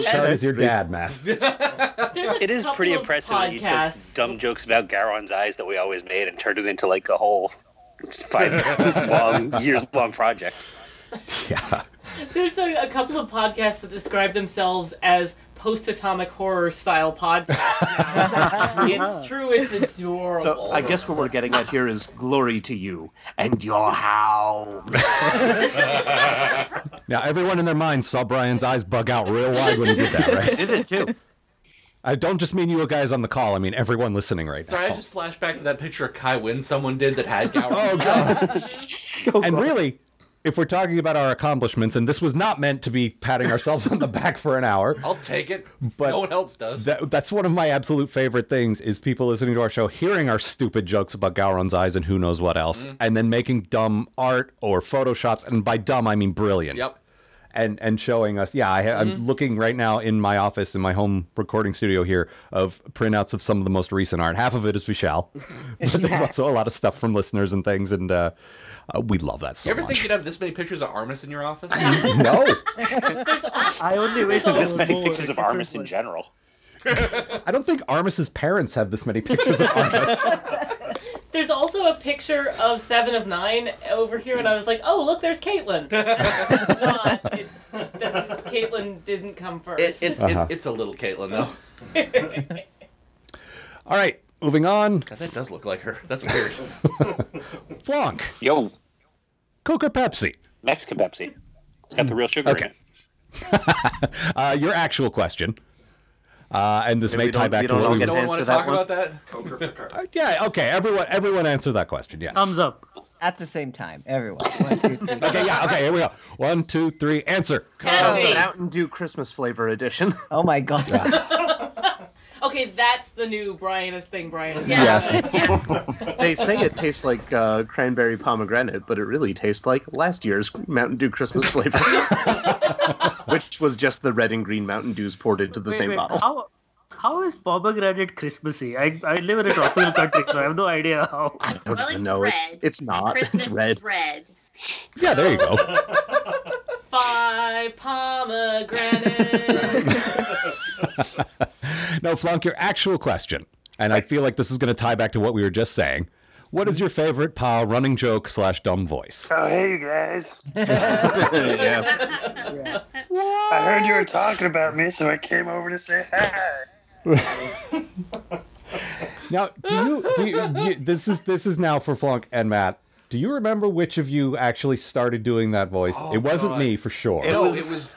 [SPEAKER 3] chart is your dad, Matt.
[SPEAKER 6] [LAUGHS] it is pretty
[SPEAKER 1] couple of
[SPEAKER 6] impressive that you took
[SPEAKER 1] podcasts-
[SPEAKER 6] dumb jokes about Garon's eyes that we always made and turned it into like a whole five long years long project.
[SPEAKER 1] There's a, a couple of podcasts that describe themselves as post-atomic horror style podcasts.
[SPEAKER 5] [LAUGHS]
[SPEAKER 1] now. it's true. It's adorable.
[SPEAKER 5] So I guess what we're getting at here is glory to you and your house.
[SPEAKER 3] Now, everyone in their mind saw Brian's eyes bug out real wide when he did
[SPEAKER 5] [LAUGHS]
[SPEAKER 3] that, right?
[SPEAKER 5] Did it too.
[SPEAKER 3] I don't just mean you guys on the call. I mean everyone listening right
[SPEAKER 4] Sorry, I just flashed back to that picture of Kai Wynn someone did that had Gower.
[SPEAKER 3] [LAUGHS] Oh, God.
[SPEAKER 5] Oh,
[SPEAKER 3] now. And really, if we're talking about our accomplishments, and this was not meant to be patting ourselves on the back for an hour,
[SPEAKER 4] I'll take it.
[SPEAKER 3] But-
[SPEAKER 4] no one else does.
[SPEAKER 3] That, that's one of my absolute favorite things is people listening to our show, hearing our stupid jokes about Gowron's eyes and who knows what else,
[SPEAKER 4] Mhm.
[SPEAKER 3] and then making dumb art or photoshops, and by dumb I mean brilliant.
[SPEAKER 4] Yep.
[SPEAKER 3] And and showing us, yeah, I, ha- I'm
[SPEAKER 4] Mhm.
[SPEAKER 3] looking right now in my office in my home recording studio here of printouts of some of the most recent art. Half of it is Vishal, [LAUGHS] but [LAUGHS] there's also a lot of stuff from listeners and things, and uh, uh, we love that
[SPEAKER 4] you
[SPEAKER 3] so
[SPEAKER 4] ever
[SPEAKER 3] much.
[SPEAKER 4] think you'd have this many pictures of Armis in your office?
[SPEAKER 3] [LAUGHS] no,
[SPEAKER 7] I only wish
[SPEAKER 6] So
[SPEAKER 7] there
[SPEAKER 6] this
[SPEAKER 7] was
[SPEAKER 6] many
[SPEAKER 7] more.
[SPEAKER 6] pictures of Armis in general.
[SPEAKER 3] I don't think Armis's parents have this many pictures of
[SPEAKER 4] [LAUGHS]
[SPEAKER 3] Armis.
[SPEAKER 1] There's also a picture of Seven of Nine over here, and I was like, "Oh, look, there's Caitlin." It's not. It's- that's- Caitlin didn't come
[SPEAKER 4] It,
[SPEAKER 1] first.
[SPEAKER 4] it's,
[SPEAKER 3] Uh-huh.
[SPEAKER 4] it's, [LAUGHS] it's a little Caitlin, though.
[SPEAKER 3] All right, moving on.
[SPEAKER 4] God, that does look like her. That's
[SPEAKER 3] [LAUGHS]
[SPEAKER 4] weird.
[SPEAKER 3] Flonk.
[SPEAKER 6] Yo.
[SPEAKER 3] Coke or Pepsi? [LAUGHS]
[SPEAKER 6] Mexican Pepsi. It's got the real sugar in
[SPEAKER 3] Okay.
[SPEAKER 6] it.
[SPEAKER 3] uh, your actual question, uh, and this
[SPEAKER 5] Maybe
[SPEAKER 3] may
[SPEAKER 5] we
[SPEAKER 3] tie
[SPEAKER 5] don't-
[SPEAKER 3] back
[SPEAKER 5] we
[SPEAKER 3] to
[SPEAKER 5] don't
[SPEAKER 3] what
[SPEAKER 5] all
[SPEAKER 3] we
[SPEAKER 5] get
[SPEAKER 3] were-
[SPEAKER 5] to
[SPEAKER 4] Don't want to
[SPEAKER 5] Answer that
[SPEAKER 4] talk
[SPEAKER 5] one.
[SPEAKER 4] about that?
[SPEAKER 3] Uh, yeah, okay. Everyone, everyone, answer that question. Yes.
[SPEAKER 7] Thumbs up.
[SPEAKER 10] At the same time, everyone. One, two, three.
[SPEAKER 3] Okay, yeah, okay. Here we go. One, two, three. Answer.
[SPEAKER 1] Pepsi.
[SPEAKER 5] Mountain Dew Christmas flavor edition.
[SPEAKER 10] Oh my god.
[SPEAKER 1] [LAUGHS] Okay, that's the new Brian is thing. Brian is
[SPEAKER 3] Yes.
[SPEAKER 5] [LAUGHS] they say it tastes like uh, cranberry pomegranate, but it really tastes like last year's Mountain Dew Christmas flavor, which was just the red and green Mountain Dews poured into the
[SPEAKER 7] Wait,
[SPEAKER 5] same
[SPEAKER 7] wait,
[SPEAKER 5] bottle.
[SPEAKER 7] How, how is pomegranate Christmassy? I, I live in a tropical country, so I have no idea how.
[SPEAKER 5] don't
[SPEAKER 9] Well,
[SPEAKER 5] even
[SPEAKER 9] it's
[SPEAKER 5] know. It-
[SPEAKER 9] red.
[SPEAKER 5] it's not.
[SPEAKER 9] Christmas
[SPEAKER 5] It's red.
[SPEAKER 9] is red.
[SPEAKER 3] Yeah, there you go.
[SPEAKER 1] [LAUGHS] Five pomegranate.
[SPEAKER 3] No, Flonk, your actual question, and I feel like this is going to tie back to what we were just saying. What is your favorite pal running joke slash dumb voice?
[SPEAKER 6] [LAUGHS] Oh hey
[SPEAKER 3] [LAUGHS]
[SPEAKER 6] you guys.
[SPEAKER 5] yeah.
[SPEAKER 6] I heard you were talking about me, so I came over to say hi.
[SPEAKER 3] Now, do you, do you, you- this is this is now for Flonk and Matt. Do you remember which of you actually started doing that voice?
[SPEAKER 4] Oh,
[SPEAKER 3] it wasn't
[SPEAKER 4] God.
[SPEAKER 3] me for sure.
[SPEAKER 4] no, it was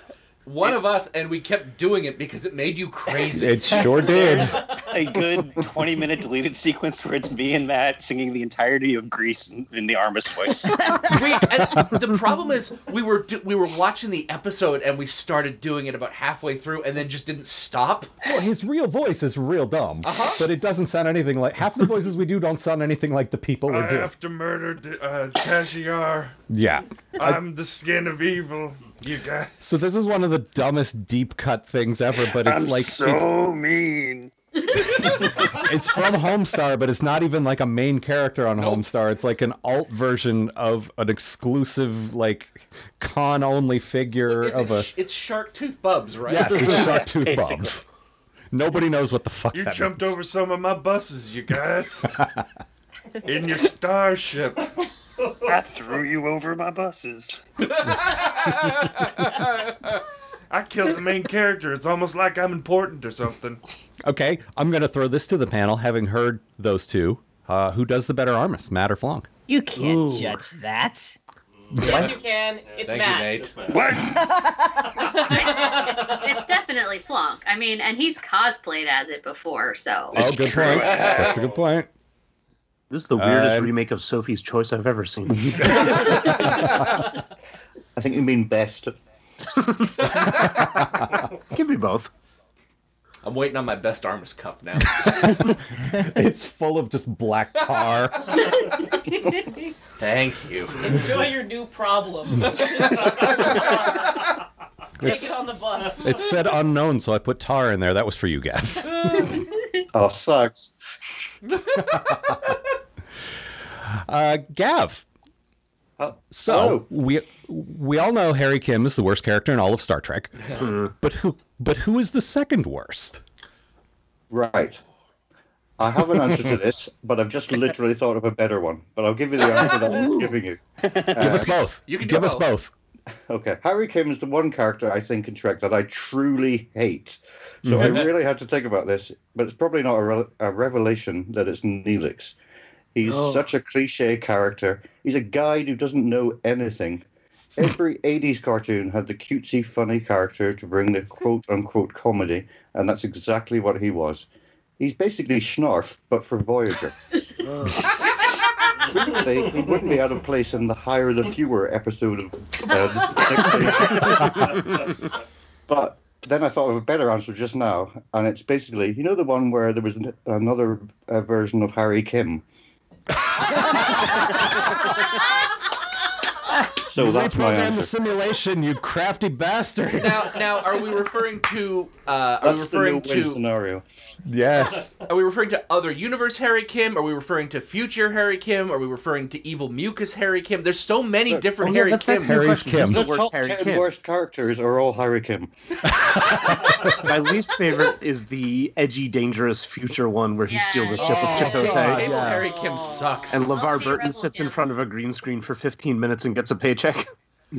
[SPEAKER 4] one of us, and we kept doing it because it made you crazy.
[SPEAKER 3] It
[SPEAKER 4] [LAUGHS]
[SPEAKER 3] sure did.
[SPEAKER 6] a good 20 minute deleted sequence where it's me and Matt singing the entirety of Grease in, in the Armist
[SPEAKER 1] [LAUGHS]
[SPEAKER 6] voice.
[SPEAKER 4] we, and the problem is we were do, we were watching the episode and we started doing it about halfway through and then just didn't stop.
[SPEAKER 3] Well, his real voice is real dumb, but it doesn't sound anything like half the voices we do don't sound anything like the people we
[SPEAKER 13] I
[SPEAKER 3] do.
[SPEAKER 13] have to murder D- uh, Tashiar.
[SPEAKER 3] Yeah. I-
[SPEAKER 13] I'm the skin of evil. You guys.
[SPEAKER 3] so this is one of the dumbest deep cut things ever, but it's
[SPEAKER 13] I'm
[SPEAKER 3] like
[SPEAKER 13] so
[SPEAKER 3] it's,
[SPEAKER 13] mean.
[SPEAKER 3] it's from Homestar, but it's not even like a main character on Homestar. It's like an alt version of an exclusive like con only figure
[SPEAKER 4] Is
[SPEAKER 3] of
[SPEAKER 13] [LAUGHS]
[SPEAKER 4] it
[SPEAKER 3] a
[SPEAKER 4] sh- it's Shark Tooth Bubs, right?
[SPEAKER 3] Yes, it's shark tooth bombs. Nobody knows what the fuck
[SPEAKER 13] You
[SPEAKER 3] that
[SPEAKER 13] jumped over some of my buses, you
[SPEAKER 6] [LAUGHS]
[SPEAKER 13] guys. In your starship.
[SPEAKER 6] I threw you over my buses.
[SPEAKER 13] I killed the main character. It's almost like I'm important or
[SPEAKER 11] [LAUGHS]
[SPEAKER 13] something.
[SPEAKER 3] Okay, I'm going to throw this to the panel, having heard those two. Uh, who does the better armist, Matt or Flonk?
[SPEAKER 10] [LAUGHS] You can't
[SPEAKER 3] Ooh.
[SPEAKER 1] [LAUGHS]
[SPEAKER 10] judge that.
[SPEAKER 1] Yes, you can. It's Matt. [LAUGHS]
[SPEAKER 9] it's definitely Flonk. I mean, and he's cosplayed as it before, so.
[SPEAKER 3] Oh, good point. That's
[SPEAKER 4] [LAUGHS]
[SPEAKER 3] a good point.
[SPEAKER 5] This is the weirdest
[SPEAKER 11] Uh,
[SPEAKER 5] remake of Sophie's Choice I've ever
[SPEAKER 3] [LAUGHS]
[SPEAKER 5] seen.
[SPEAKER 11] I think you mean best.
[SPEAKER 5] [LAUGHS] Give me both.
[SPEAKER 4] I'm waiting on my best Armist cup now.
[SPEAKER 3] [LAUGHS] It's full of just black tar.
[SPEAKER 4] Thank [LAUGHS] you.
[SPEAKER 1] Enjoy your
[SPEAKER 3] [LAUGHS]
[SPEAKER 1] new problem. Take
[SPEAKER 3] It's-
[SPEAKER 1] it on the bus.
[SPEAKER 3] It said unknown, so I put tar in there. That was for you,
[SPEAKER 1] [LAUGHS]
[SPEAKER 3] Gav.
[SPEAKER 11] [LAUGHS] Oh, sucks.
[SPEAKER 3] [LAUGHS] Uh, Gav.
[SPEAKER 11] Uh, oh.
[SPEAKER 3] So we we all know Harry Kim is the worst character in all of Star
[SPEAKER 11] [LAUGHS]
[SPEAKER 3] Trek, but who but who is the second worst?
[SPEAKER 11] Right. I have an answer to this, but I've just literally thought of a better one. But I'll give you the answer
[SPEAKER 5] [LAUGHS]
[SPEAKER 11] that I'm giving you.
[SPEAKER 3] Give us both.
[SPEAKER 11] You can
[SPEAKER 3] give us both.
[SPEAKER 11] Okay. Harry Kim is the one character I think in Trek that I truly hate. So I
[SPEAKER 3] Mhm.
[SPEAKER 11] really had to think about this, but it's probably not a, re- a revelation that it's Neelix. He's
[SPEAKER 14] Oh.
[SPEAKER 11] such a cliche character. He's a guy who doesn't know anything. Every 80s cartoon had the cutesy, funny character to bring the quote unquote comedy, and that's exactly what he was. He's basically Snarf, but for Voyager. they,
[SPEAKER 13] [LAUGHS]
[SPEAKER 11] he wouldn't be out of place in the higher the fewer episode of uh, Next Day. but then I thought of a better answer just now, and it's basically you know the one where there was an, another uh, version of Harry Kim. so that's my
[SPEAKER 3] Reprogram the
[SPEAKER 11] answer.
[SPEAKER 3] simulation, you crafty bastard.
[SPEAKER 4] now, now, are we referring to? Uh, are we
[SPEAKER 11] That's the
[SPEAKER 4] referring
[SPEAKER 11] no-win
[SPEAKER 4] to?
[SPEAKER 11] scenario.
[SPEAKER 3] [LAUGHS] Yes.
[SPEAKER 4] [LAUGHS] Are we referring to other universe Harry Kim? Are we referring to future Harry Kim? Are we referring to evil mucus Harry Kim? There's so many
[SPEAKER 11] oh,
[SPEAKER 4] different Harry Kim.
[SPEAKER 11] The top ten worst characters are all Harry Kim.
[SPEAKER 5] My least favorite is the edgy, dangerous future one where he steals a ship
[SPEAKER 4] Oh,
[SPEAKER 5] of Chakotay.
[SPEAKER 4] God, Cable Harry Kim sucks.
[SPEAKER 5] And LeVar Burton sits in front of a green screen for 15 minutes and gets a paycheck. [LAUGHS]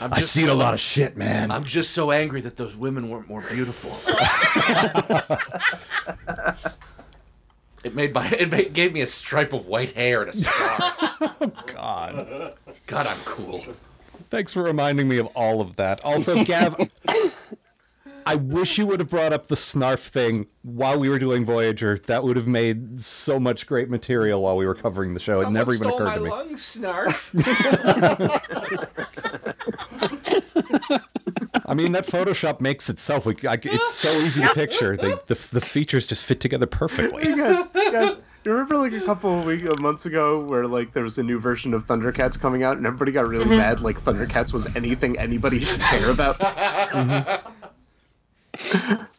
[SPEAKER 4] I'm
[SPEAKER 5] I've
[SPEAKER 4] just
[SPEAKER 5] seen a
[SPEAKER 4] so-
[SPEAKER 5] lot of shit, man.
[SPEAKER 4] I'm just so angry that those women weren't more beautiful. it made my it made, gave me a stripe of white hair and a
[SPEAKER 3] [LAUGHS]
[SPEAKER 4] scar.
[SPEAKER 3] Oh, God.
[SPEAKER 4] God, I'm cool.
[SPEAKER 3] Thanks for reminding me of all of that. Also, [LAUGHS] Gav, I wish you would have brought up the snarf thing while we were doing Voyager. That would have made so much great material while we were covering the show.
[SPEAKER 4] Someone
[SPEAKER 3] it never even
[SPEAKER 4] stole
[SPEAKER 3] occurred
[SPEAKER 4] my
[SPEAKER 3] to
[SPEAKER 4] lung
[SPEAKER 3] me.
[SPEAKER 4] [LAUGHS] snarf.
[SPEAKER 3] [LAUGHS] I mean, that Photoshop makes itself. We, I, it's so easy to picture. They, the, the features just fit together perfectly.
[SPEAKER 5] [LAUGHS]
[SPEAKER 3] [LAUGHS]
[SPEAKER 5] you guys, you guys, you remember like a couple of week, of months ago where like there was a new version of Thundercats coming out and everybody got really
[SPEAKER 3] Mhm.
[SPEAKER 5] mad like Thundercats was anything anybody should care about. [LAUGHS]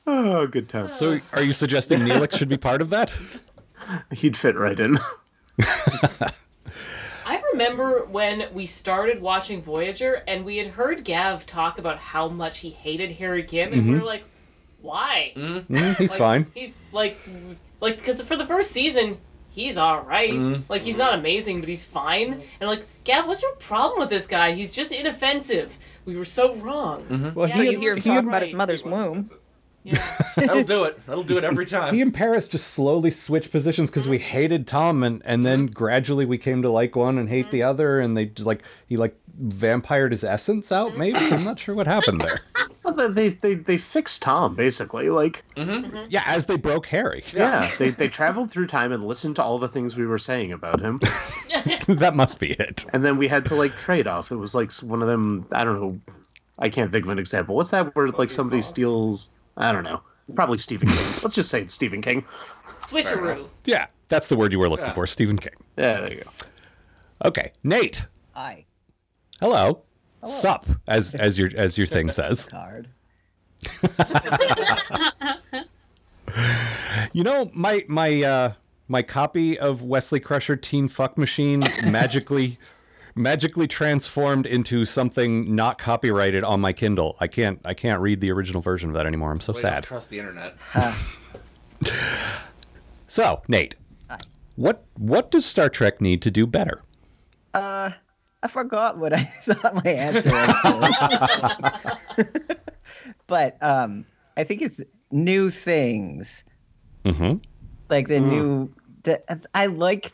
[SPEAKER 5] oh, good time.
[SPEAKER 3] So, are you suggesting Neelix should be part of that?
[SPEAKER 5] He'd fit right in.
[SPEAKER 1] I remember when we started watching Voyager and we had heard Gav talk about how much he hated Harry Kim, and we
[SPEAKER 3] Mhm.
[SPEAKER 1] were like, why?
[SPEAKER 3] Mm, he's
[SPEAKER 1] Like,
[SPEAKER 3] fine.
[SPEAKER 1] He's like, like, because for the first season, he's all right.
[SPEAKER 3] Mhm.
[SPEAKER 1] Like, he's not amazing, but he's fine. And like, Gav, what's your problem with this guy? He's just inoffensive. We were so wrong.
[SPEAKER 3] Well,
[SPEAKER 1] Yeah,
[SPEAKER 3] he
[SPEAKER 1] you
[SPEAKER 3] had-
[SPEAKER 1] were
[SPEAKER 3] he
[SPEAKER 1] so
[SPEAKER 3] had-
[SPEAKER 1] right.
[SPEAKER 8] mother's womb.
[SPEAKER 4] That'll do it. That'll do it every
[SPEAKER 3] He
[SPEAKER 4] time.
[SPEAKER 3] and Paris just slowly switched positions because we hated Tom, and, and then gradually we came to like one and hate the other, and they just like he like vampired his essence out. Maybe I'm not sure what happened there.
[SPEAKER 5] [LAUGHS] Well, they, they, they, they fixed Tom, basically. Like,
[SPEAKER 3] yeah, as they broke Harry.
[SPEAKER 5] Yeah, they, they traveled through time and listened to all the things we were saying about him.
[SPEAKER 3] [LAUGHS] that must be it.
[SPEAKER 5] And then we had to, like, trade off. It was like one of them, I don't know, I can't think of an example. What's that word? Like, somebody steals, I don't know, probably Stephen
[SPEAKER 3] [LAUGHS]
[SPEAKER 5] King. Let's just say it's Stephen King.
[SPEAKER 1] Switcheroo.
[SPEAKER 3] Yeah, that's the word you were looking
[SPEAKER 1] Yeah.
[SPEAKER 3] for, Stephen King.
[SPEAKER 5] Yeah, there you go.
[SPEAKER 3] Okay, Nate.
[SPEAKER 10] Hi.
[SPEAKER 3] Hello. Sup, as as your as your thing says.
[SPEAKER 10] Card.
[SPEAKER 3] You know, my my uh my copy of Wesley Crusher Teen Fuck Machine magically magically transformed into something not copyrighted on my Kindle. I can't I can't read the original version of that anymore. I'm so
[SPEAKER 4] Way to
[SPEAKER 3] sad.
[SPEAKER 4] Trust the
[SPEAKER 3] [LAUGHS]
[SPEAKER 4] internet.
[SPEAKER 3] So, Nate. What what does Star Trek need to do better?
[SPEAKER 10] Uh, I forgot what I [LAUGHS] thought my answer was. but um, I think it's new things,
[SPEAKER 3] Mm-hmm.
[SPEAKER 10] like the new. The, I like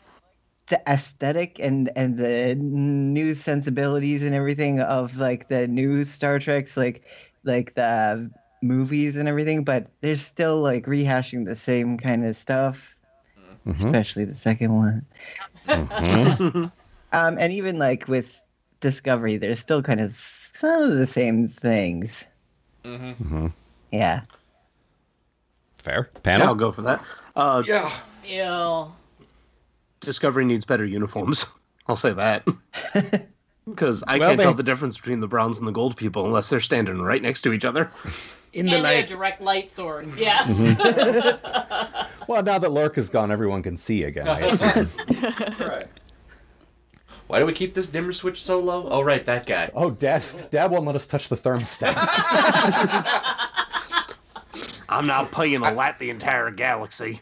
[SPEAKER 10] the aesthetic and and the new sensibilities and everything of like the new Star Treks, like like the movies and everything. But they're still like rehashing the same kind of stuff.
[SPEAKER 3] Mm-hmm.
[SPEAKER 10] especially the second one. [LAUGHS] Mm-hmm.
[SPEAKER 1] [LAUGHS]
[SPEAKER 10] um, and even like with Discovery, there's still kind of some of the same things.
[SPEAKER 4] Mm-hmm.
[SPEAKER 3] Mm-hmm.
[SPEAKER 10] Yeah.
[SPEAKER 3] Fair.
[SPEAKER 5] Yeah,
[SPEAKER 3] Panel?
[SPEAKER 5] I'll go for that. Uh,
[SPEAKER 4] yeah.
[SPEAKER 1] Ew.
[SPEAKER 5] Discovery needs better uniforms. [LAUGHS] I'll say that.
[SPEAKER 3] [LAUGHS]
[SPEAKER 5] Because I
[SPEAKER 3] Well,
[SPEAKER 5] can't
[SPEAKER 3] they-
[SPEAKER 5] tell the difference between the browns and the gold people unless they're standing right next to each other.
[SPEAKER 1] In and they're a direct light source. Yeah.
[SPEAKER 3] Well, now that Lorca's gone, everyone can see
[SPEAKER 4] [LAUGHS]
[SPEAKER 3] again. I
[SPEAKER 1] [LAUGHS]
[SPEAKER 3] assume.
[SPEAKER 4] Why do we keep this dimmer switch so low? Oh, right, that guy.
[SPEAKER 3] oh, Dad, Dad won't let us touch the thermostat.
[SPEAKER 5] I'm not paying a lot the entire
[SPEAKER 3] [LAUGHS]
[SPEAKER 5] galaxy.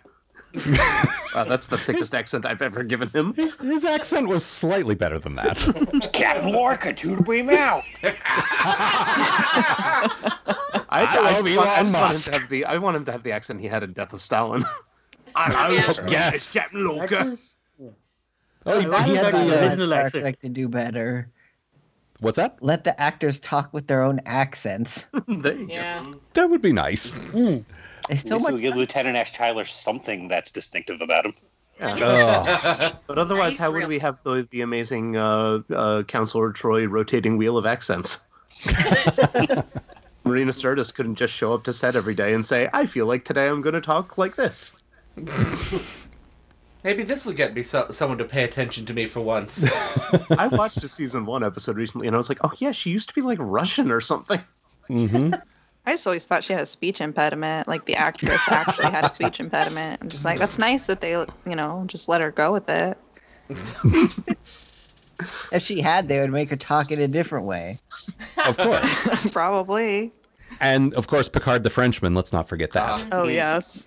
[SPEAKER 5] wow, that's the thickest accent I've ever given him.
[SPEAKER 3] His, his accent was slightly better than that.
[SPEAKER 6] Captain Lorca, to we now.
[SPEAKER 5] [LAUGHS]
[SPEAKER 3] [LAUGHS]
[SPEAKER 5] I,
[SPEAKER 3] I
[SPEAKER 5] just
[SPEAKER 3] love
[SPEAKER 5] want- I
[SPEAKER 3] Elon
[SPEAKER 5] just want him
[SPEAKER 3] Musk.
[SPEAKER 5] to have the- I want him to have the accent he had in Death of Stalin. [LAUGHS] I love
[SPEAKER 3] Yeah. Yes.
[SPEAKER 5] Captain Lorca.
[SPEAKER 3] Oh,
[SPEAKER 10] I
[SPEAKER 3] he, he had
[SPEAKER 10] want
[SPEAKER 3] the. Uh,
[SPEAKER 10] Star Trek to do better.
[SPEAKER 3] what's that?
[SPEAKER 10] Let the actors talk with their own accents. Mm.
[SPEAKER 1] yeah.
[SPEAKER 3] That would be nice.
[SPEAKER 10] There's so
[SPEAKER 6] At least
[SPEAKER 10] much.
[SPEAKER 6] we'll give Lieutenant Ash Tyler something that's distinctive about him. [LAUGHS]
[SPEAKER 4] [LAUGHS]
[SPEAKER 5] But otherwise, how would we have the, the amazing uh, uh, Counselor Troy rotating wheel
[SPEAKER 4] [LAUGHS]
[SPEAKER 5] of accents? Marina Sirtis couldn't just show up to set every day and say, I feel like today I'm going to talk like this.
[SPEAKER 4] [LAUGHS] Maybe this will get me so- someone to pay attention to me for once.
[SPEAKER 5] [LAUGHS] I watched a season one episode recently and I was like, oh, yeah, she used to be like Russian
[SPEAKER 4] [LAUGHS]
[SPEAKER 5] or something.
[SPEAKER 3] Mm-hmm.
[SPEAKER 8] I just always thought she had a speech impediment. Like the actress actually had a speech impediment. I'm just like, that's nice that they, you know, just let her go with [LAUGHS] it.
[SPEAKER 10] If she had, they would make her talk in a different
[SPEAKER 4] [LAUGHS]
[SPEAKER 10] way.
[SPEAKER 3] Of course.
[SPEAKER 8] Probably.
[SPEAKER 3] And of course, Picard the Frenchman. Let's not forget that.
[SPEAKER 8] Oh yes.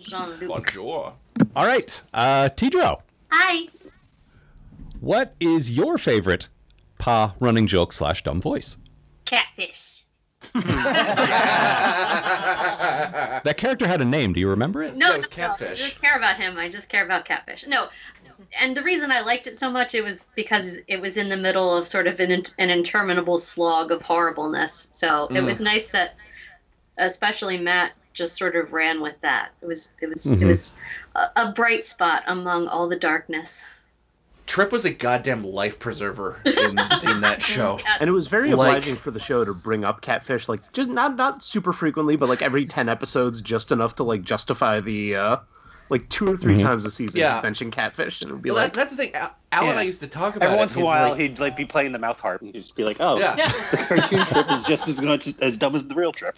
[SPEAKER 9] Jean Luc.
[SPEAKER 4] Bonjour.
[SPEAKER 3] All right, uh, Tidro,
[SPEAKER 9] Hi.
[SPEAKER 3] what is your favorite pa running joke slash dumb voice? [LAUGHS]
[SPEAKER 9] Catfish.
[SPEAKER 4] Uh,
[SPEAKER 3] That character had a name. Do you
[SPEAKER 4] [LAUGHS]
[SPEAKER 3] remember it?
[SPEAKER 9] No,
[SPEAKER 4] That was
[SPEAKER 9] no, no,
[SPEAKER 4] catfish.
[SPEAKER 9] I don't care about him. I just care about catfish. No, and the reason I liked it so much it was because it was in the middle of sort of an in- an interminable slog of horribleness. So it
[SPEAKER 14] Mm.
[SPEAKER 9] was nice that, especially Matt just sort of ran with that. It was it was it
[SPEAKER 4] Mhm.
[SPEAKER 9] was a, a bright spot among all the darkness.
[SPEAKER 4] Trip was a goddamn life preserver in, in
[SPEAKER 3] [LAUGHS]
[SPEAKER 4] that show.
[SPEAKER 5] And it was very
[SPEAKER 4] Like-
[SPEAKER 5] obliging for the show to bring up catfish, like just not not super frequently, but like every ten episodes, just enough to like justify the uh like two or 3
[SPEAKER 6] Mhm.
[SPEAKER 5] times a season
[SPEAKER 4] Yeah.
[SPEAKER 5] yeah. mention catfish, and it would be
[SPEAKER 4] Well,
[SPEAKER 5] like
[SPEAKER 4] that, that's the thing. Al, Al and I
[SPEAKER 6] Yeah.
[SPEAKER 4] used to talk about
[SPEAKER 6] Every
[SPEAKER 4] it.
[SPEAKER 6] once in a
[SPEAKER 4] He'd
[SPEAKER 6] while,
[SPEAKER 4] like-
[SPEAKER 6] he'd like be playing the mouth harp and he'd just be like, "Oh,
[SPEAKER 4] Yeah.
[SPEAKER 6] [LAUGHS] the cartoon trip is just as much as dumb as the real trip."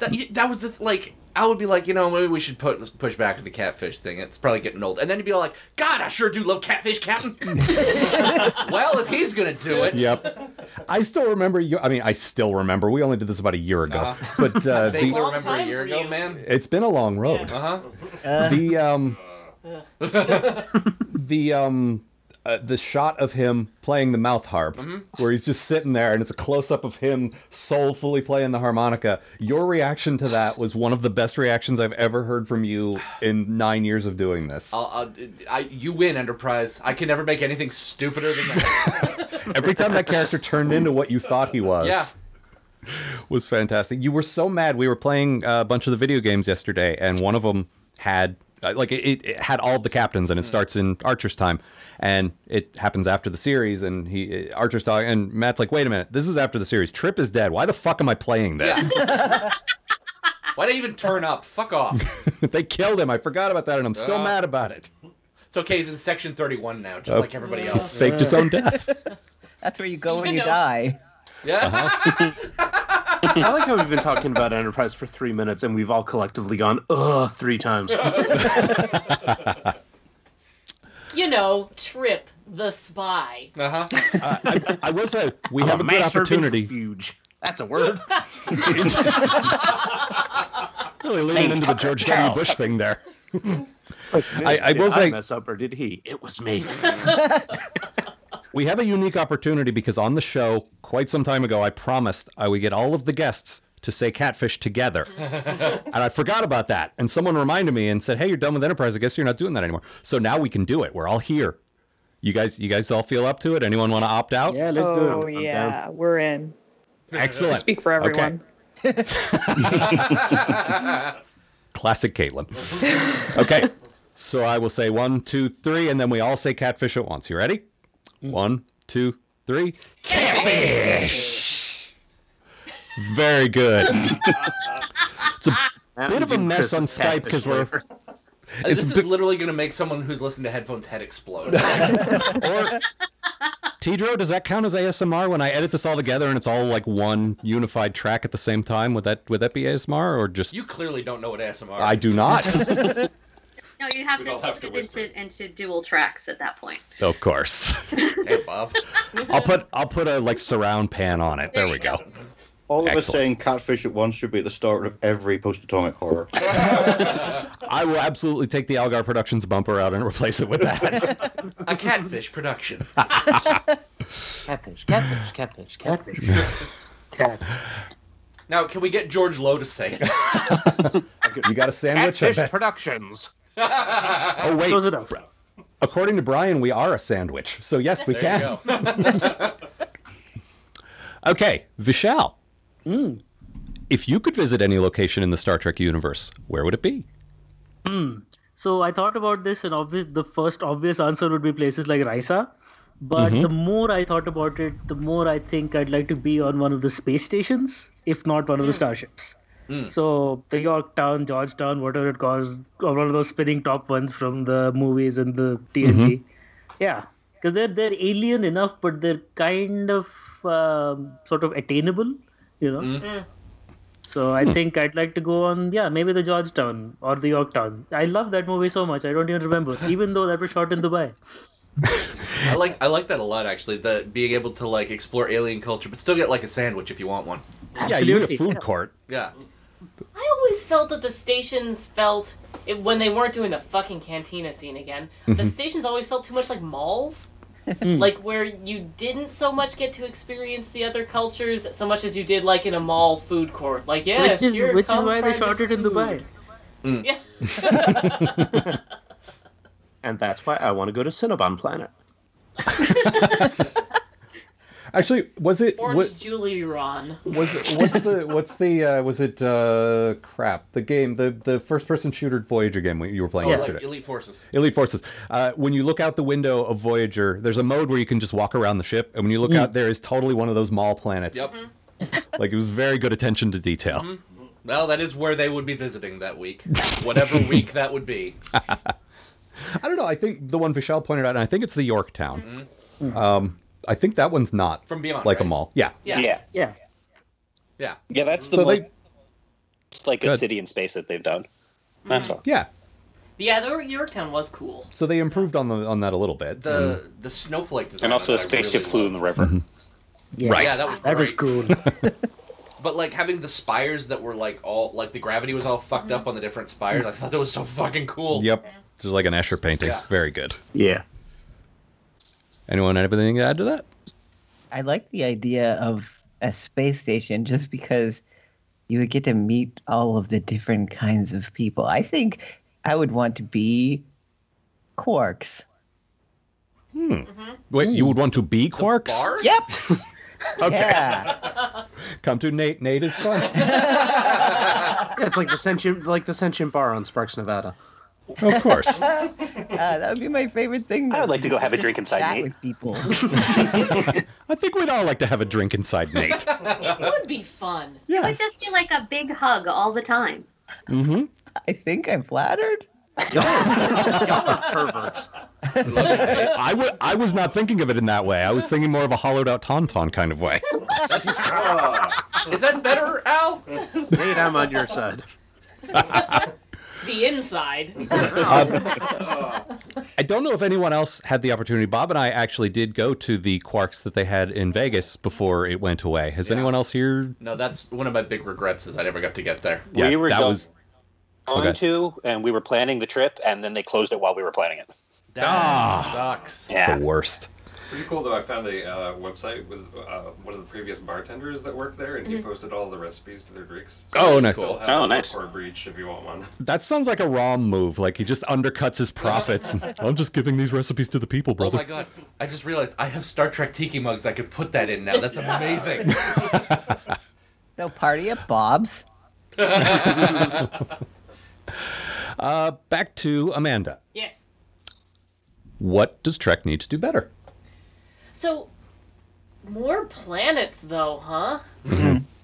[SPEAKER 4] That, y- that was the th- like I would be like, you know, maybe we should put let's push back on the catfish thing. It's probably getting old. And then he'd be all like, God, I sure do love catfish,
[SPEAKER 6] [LAUGHS]
[SPEAKER 4] Captain. [LAUGHS] well, if he's gonna do it,
[SPEAKER 3] Yep. I still remember you. I mean, I still remember. We only did this about a year ago,
[SPEAKER 4] Uh-huh.
[SPEAKER 3] but
[SPEAKER 4] [LAUGHS]
[SPEAKER 3] uh,
[SPEAKER 4] they
[SPEAKER 3] the,
[SPEAKER 4] remember a year ago, man. Uh-huh.
[SPEAKER 3] it's been a long road.
[SPEAKER 4] Uh huh.
[SPEAKER 3] [LAUGHS] The um, the um, uh, the shot of him playing the mouth harp,
[SPEAKER 13] Mhm.
[SPEAKER 3] where he's just sitting there, and it's a close up of him soulfully playing the harmonica. Your reaction to that was one of the best reactions I've ever heard from you in nine years of doing this.
[SPEAKER 4] I'll, I'll, I, you win, Enterprise. I can never make anything stupider than that.
[SPEAKER 3] Every time that character turned into what you thought he was.
[SPEAKER 4] Yeah.
[SPEAKER 3] Was fantastic. You were so mad. We were playing uh, a bunch of the video games yesterday, and one of them had uh, like it, it had all of the captains, and it starts in Archer's time, and it happens after the series. And he uh, Archer's talking, and Matt's like, "Wait a minute, this is after the series. Trip is dead. Why the fuck am I playing this?
[SPEAKER 6] [LAUGHS]
[SPEAKER 4] Why'd I even turn up? Fuck off.
[SPEAKER 3] [LAUGHS] they killed him. I forgot about that, and I'm still
[SPEAKER 4] Uh,
[SPEAKER 3] mad about it."
[SPEAKER 4] It's okay. He's in Section 31 now, just
[SPEAKER 3] Uh,
[SPEAKER 4] like everybody
[SPEAKER 3] he
[SPEAKER 4] else.
[SPEAKER 3] faked his own death.
[SPEAKER 10] [LAUGHS] That's where you go when
[SPEAKER 4] You
[SPEAKER 10] you,
[SPEAKER 4] know.
[SPEAKER 10] die.
[SPEAKER 4] Yeah.
[SPEAKER 5] [LAUGHS] I like how we've been talking about Enterprise for three minutes and we've all collectively gone, ugh,
[SPEAKER 4] [LAUGHS]
[SPEAKER 5] three times.
[SPEAKER 1] You know, Trip the spy.
[SPEAKER 4] Uh-huh.
[SPEAKER 3] I, I will say we
[SPEAKER 5] I'm
[SPEAKER 3] have
[SPEAKER 5] a
[SPEAKER 3] a good
[SPEAKER 5] master
[SPEAKER 3] opportunity.
[SPEAKER 5] Huge. That's
[SPEAKER 4] [LAUGHS]
[SPEAKER 5] a word.
[SPEAKER 3] Really leaning into the George W. Bush
[SPEAKER 5] [LAUGHS]
[SPEAKER 3] thing there. I, I
[SPEAKER 5] Did
[SPEAKER 3] will say,
[SPEAKER 5] mess up or did he? It was me.
[SPEAKER 3] we have a unique opportunity because on the show quite some time ago, I promised I would get all of the guests to say catfish together. and I forgot about that. And someone reminded me and said, "Hey, you're done with Enterprise. I guess you're not doing that anymore." So now we can do it. We're all here. You guys, you guys all feel up to it? Anyone want to opt out? Yeah,
[SPEAKER 8] oh yeah, we're in.
[SPEAKER 3] Excellent.
[SPEAKER 8] I speak for
[SPEAKER 3] Okay.
[SPEAKER 8] everyone.
[SPEAKER 3] [LAUGHS]
[SPEAKER 8] [LAUGHS]
[SPEAKER 3] Classic Caitlin. okay. So I will say one, two, three, and then we all say catfish at once. You ready? One, two, three. Catfish! Very good. it's a bit of a mess on Skype because we're.
[SPEAKER 4] [LAUGHS] Uh, this
[SPEAKER 3] It's a
[SPEAKER 4] is
[SPEAKER 3] bit,
[SPEAKER 4] literally going to make someone who's listened to headphones head explode.
[SPEAKER 3] Tidro, does that count as ASMR when I edit this all together and it's all like one unified track at the same time? Would that would that be ASMR or [LAUGHS] just?
[SPEAKER 4] you clearly don't know what ASMR is.
[SPEAKER 3] I do not. [LAUGHS]
[SPEAKER 9] No, you have
[SPEAKER 4] We'd
[SPEAKER 9] to
[SPEAKER 4] all have
[SPEAKER 9] split it into, into dual tracks at that point.
[SPEAKER 3] of course. [LAUGHS]
[SPEAKER 4] Hey,
[SPEAKER 1] [LAUGHS]
[SPEAKER 4] Bob.
[SPEAKER 3] I'll put I'll put a like surround pan on it. There, we go.
[SPEAKER 11] All of us
[SPEAKER 3] Excellent.
[SPEAKER 11] saying catfish at once should be at the start of every post atomic horror.
[SPEAKER 3] I will absolutely take the Algar Productions bumper out and replace it with
[SPEAKER 4] [LAUGHS]
[SPEAKER 3] that.
[SPEAKER 4] [LAUGHS] A catfish
[SPEAKER 3] [LAUGHS]
[SPEAKER 4] production.
[SPEAKER 5] catfish, catfish, catfish, catfish.
[SPEAKER 4] Now, can we get George Lowe to say it?
[SPEAKER 10] [LAUGHS]
[SPEAKER 3] you got a sandwich? I
[SPEAKER 5] Catfish
[SPEAKER 3] bet.
[SPEAKER 5] Productions.
[SPEAKER 3] Oh wait.
[SPEAKER 5] Close it up.
[SPEAKER 3] According to Brian, we are a sandwich. So yes, we
[SPEAKER 4] There
[SPEAKER 3] can.
[SPEAKER 4] you go.
[SPEAKER 3] Okay, Vishal. Mm. If you could visit any location in the Star Trek universe, where would it be?
[SPEAKER 7] Hmm. So I thought about this, and obvious the first obvious answer would be places like Risa. But
[SPEAKER 3] Mhm.
[SPEAKER 7] the more I thought about it, the more I think I'd like to be on one of the space stations, if not one of the starships. So the Yorktown, Georgetown, whatever it calls, or one of those spinning top ones from the movies and the TNG. Yeah, because they're they're alien enough, but they're kind of um, sort of attainable, you know.
[SPEAKER 2] Hmm.
[SPEAKER 7] So I
[SPEAKER 5] Hmm.
[SPEAKER 7] think I'd like to go on, yeah, maybe the Georgetown or the Yorktown. I love that movie so much. I don't even remember, even though that was shot in Dubai.
[SPEAKER 4] I like I like that a lot actually. The being able to like explore alien culture, but still get like a sandwich if you want one.
[SPEAKER 3] Yeah, you need a food court.
[SPEAKER 4] Yeah. Oh,
[SPEAKER 1] I always felt that the stations felt it, when they weren't doing the fucking cantina scene again. The
[SPEAKER 3] Mhm.
[SPEAKER 1] stations always felt too much like malls, like where you didn't so much get to experience the other cultures so much as you did like in a mall food court. Like yeah,
[SPEAKER 7] which is which is why they shot it in Dubai.
[SPEAKER 1] Yeah.
[SPEAKER 5] And that's why I want to go to Cinnabon Planet.
[SPEAKER 3] [LAUGHS]
[SPEAKER 5] [LAUGHS]
[SPEAKER 3] Actually, was it
[SPEAKER 1] Orange
[SPEAKER 3] what,
[SPEAKER 1] Julie Ron.
[SPEAKER 3] was it, what's the what's the uh, was it uh, crap the game the the first person shooter Voyager game we- you were playing
[SPEAKER 4] Oh, like
[SPEAKER 3] yesterday
[SPEAKER 4] Elite Forces.
[SPEAKER 3] Elite Forces. Uh, when you look out the window of Voyager, there's a mode where you can just walk around the ship, and when you look
[SPEAKER 4] Mm.
[SPEAKER 3] out, there is totally one of those mall planets.
[SPEAKER 4] Yep.
[SPEAKER 3] Like it was very good attention to detail.
[SPEAKER 4] Well, that is where they would be visiting that week,
[SPEAKER 3] [LAUGHS]
[SPEAKER 4] whatever week that would be.
[SPEAKER 3] I don't know. I think the one Vishal pointed out, and I think it's the Yorktown. Um, I think that one's not
[SPEAKER 4] Mm-hmm. From Beyond,
[SPEAKER 3] like a
[SPEAKER 4] right?
[SPEAKER 3] mall. Yeah.
[SPEAKER 4] Yeah. Yeah.
[SPEAKER 7] Yeah.
[SPEAKER 4] Yeah.
[SPEAKER 6] Yeah, that's the
[SPEAKER 3] So
[SPEAKER 6] most
[SPEAKER 3] they-
[SPEAKER 6] it's like
[SPEAKER 3] Go
[SPEAKER 6] a
[SPEAKER 3] ahead.
[SPEAKER 6] city in space that they've done. That's all.
[SPEAKER 3] Yeah.
[SPEAKER 1] Yeah, the Yorktown was cool.
[SPEAKER 3] So they improved on the on that a little bit.
[SPEAKER 4] The
[SPEAKER 3] Mm-hmm.
[SPEAKER 4] the snowflake design.
[SPEAKER 6] And also
[SPEAKER 4] on
[SPEAKER 6] a
[SPEAKER 4] that I
[SPEAKER 6] spaceship
[SPEAKER 4] really
[SPEAKER 6] flew
[SPEAKER 4] love.
[SPEAKER 6] in the river.
[SPEAKER 3] Yeah. Right.
[SPEAKER 4] Yeah, that was
[SPEAKER 7] That was
[SPEAKER 4] great.
[SPEAKER 7] cool.
[SPEAKER 4] But like having the spires that were like all like the gravity was all fucked up on the different spires. I thought
[SPEAKER 3] [LAUGHS]
[SPEAKER 4] that was so fucking cool.
[SPEAKER 3] Yep. Just like an Escher painting. Very good.
[SPEAKER 5] Yeah.
[SPEAKER 3] Anyone have anything to add to that?
[SPEAKER 10] I like the idea of a space station just because you would get to meet all of the different kinds of people. I think I would want to be quarks.
[SPEAKER 3] Hmm. Wait, you would want to be quarks?
[SPEAKER 10] Yep.
[SPEAKER 3] Okay.
[SPEAKER 10] Yeah.
[SPEAKER 3] [LAUGHS] Come to Nate. Nate is fun.
[SPEAKER 5] Yeah, it's like the sentient, like the sentient bar on Sparks, Nevada.
[SPEAKER 3] Of course.
[SPEAKER 10] [LAUGHS] uh, that would be my favorite thing. I would
[SPEAKER 6] like to go have a drink inside
[SPEAKER 10] chat
[SPEAKER 6] Nate.
[SPEAKER 10] with people.
[SPEAKER 3] I think we'd all like to have a drink inside
[SPEAKER 10] [LAUGHS]
[SPEAKER 3] Nate.
[SPEAKER 1] it would be fun.
[SPEAKER 9] It would just be like a big hug all the time.
[SPEAKER 3] Mm-hmm.
[SPEAKER 10] I think I'm flattered. [LAUGHS]
[SPEAKER 5] Perverts.
[SPEAKER 3] I wa- I was not thinking of it in that way. I was thinking more of a hollowed out tauntaun kind of way.
[SPEAKER 4] [LAUGHS] Is that better, Al?
[SPEAKER 5] Nate, I'm on your side.
[SPEAKER 1] The inside.
[SPEAKER 3] [LAUGHS] I don't know if anyone else had the opportunity. Bob and I actually did go to the quarks that they had in Vegas before it went away. Has anyone else here?
[SPEAKER 4] [LAUGHS] No, that's one of my big regrets is I never got to get there.
[SPEAKER 3] Yeah,
[SPEAKER 6] we were
[SPEAKER 3] that
[SPEAKER 6] go-
[SPEAKER 3] was
[SPEAKER 6] on
[SPEAKER 3] Okay.
[SPEAKER 6] to, and we were planning the trip, and then they closed it while we were planning it.
[SPEAKER 4] That
[SPEAKER 3] Ah.
[SPEAKER 4] sucks.
[SPEAKER 3] it's the worst.
[SPEAKER 12] Pretty cool though. I found a uh, website with uh, one of the previous bartenders that worked there, and he posted all the recipes to their drinks.
[SPEAKER 3] Oh,
[SPEAKER 12] you
[SPEAKER 3] nice.
[SPEAKER 12] still have
[SPEAKER 3] Oh,
[SPEAKER 12] a
[SPEAKER 3] nice.
[SPEAKER 12] Or breach if you want one.
[SPEAKER 3] That sounds like a ROM move. Like he just undercuts his profits. I'm just giving these recipes to the people,
[SPEAKER 4] Oh
[SPEAKER 3] brother.
[SPEAKER 4] my god! I just realized I have Star Trek tiki mugs. I could put that in now. That's
[SPEAKER 10] Yeah.
[SPEAKER 4] amazing. [LAUGHS]
[SPEAKER 10] They'll party at Bob's.
[SPEAKER 3] [LAUGHS] uh, back to Amanda.
[SPEAKER 1] Yes.
[SPEAKER 3] What does Trek need to do better?
[SPEAKER 1] So, more planets, though, huh?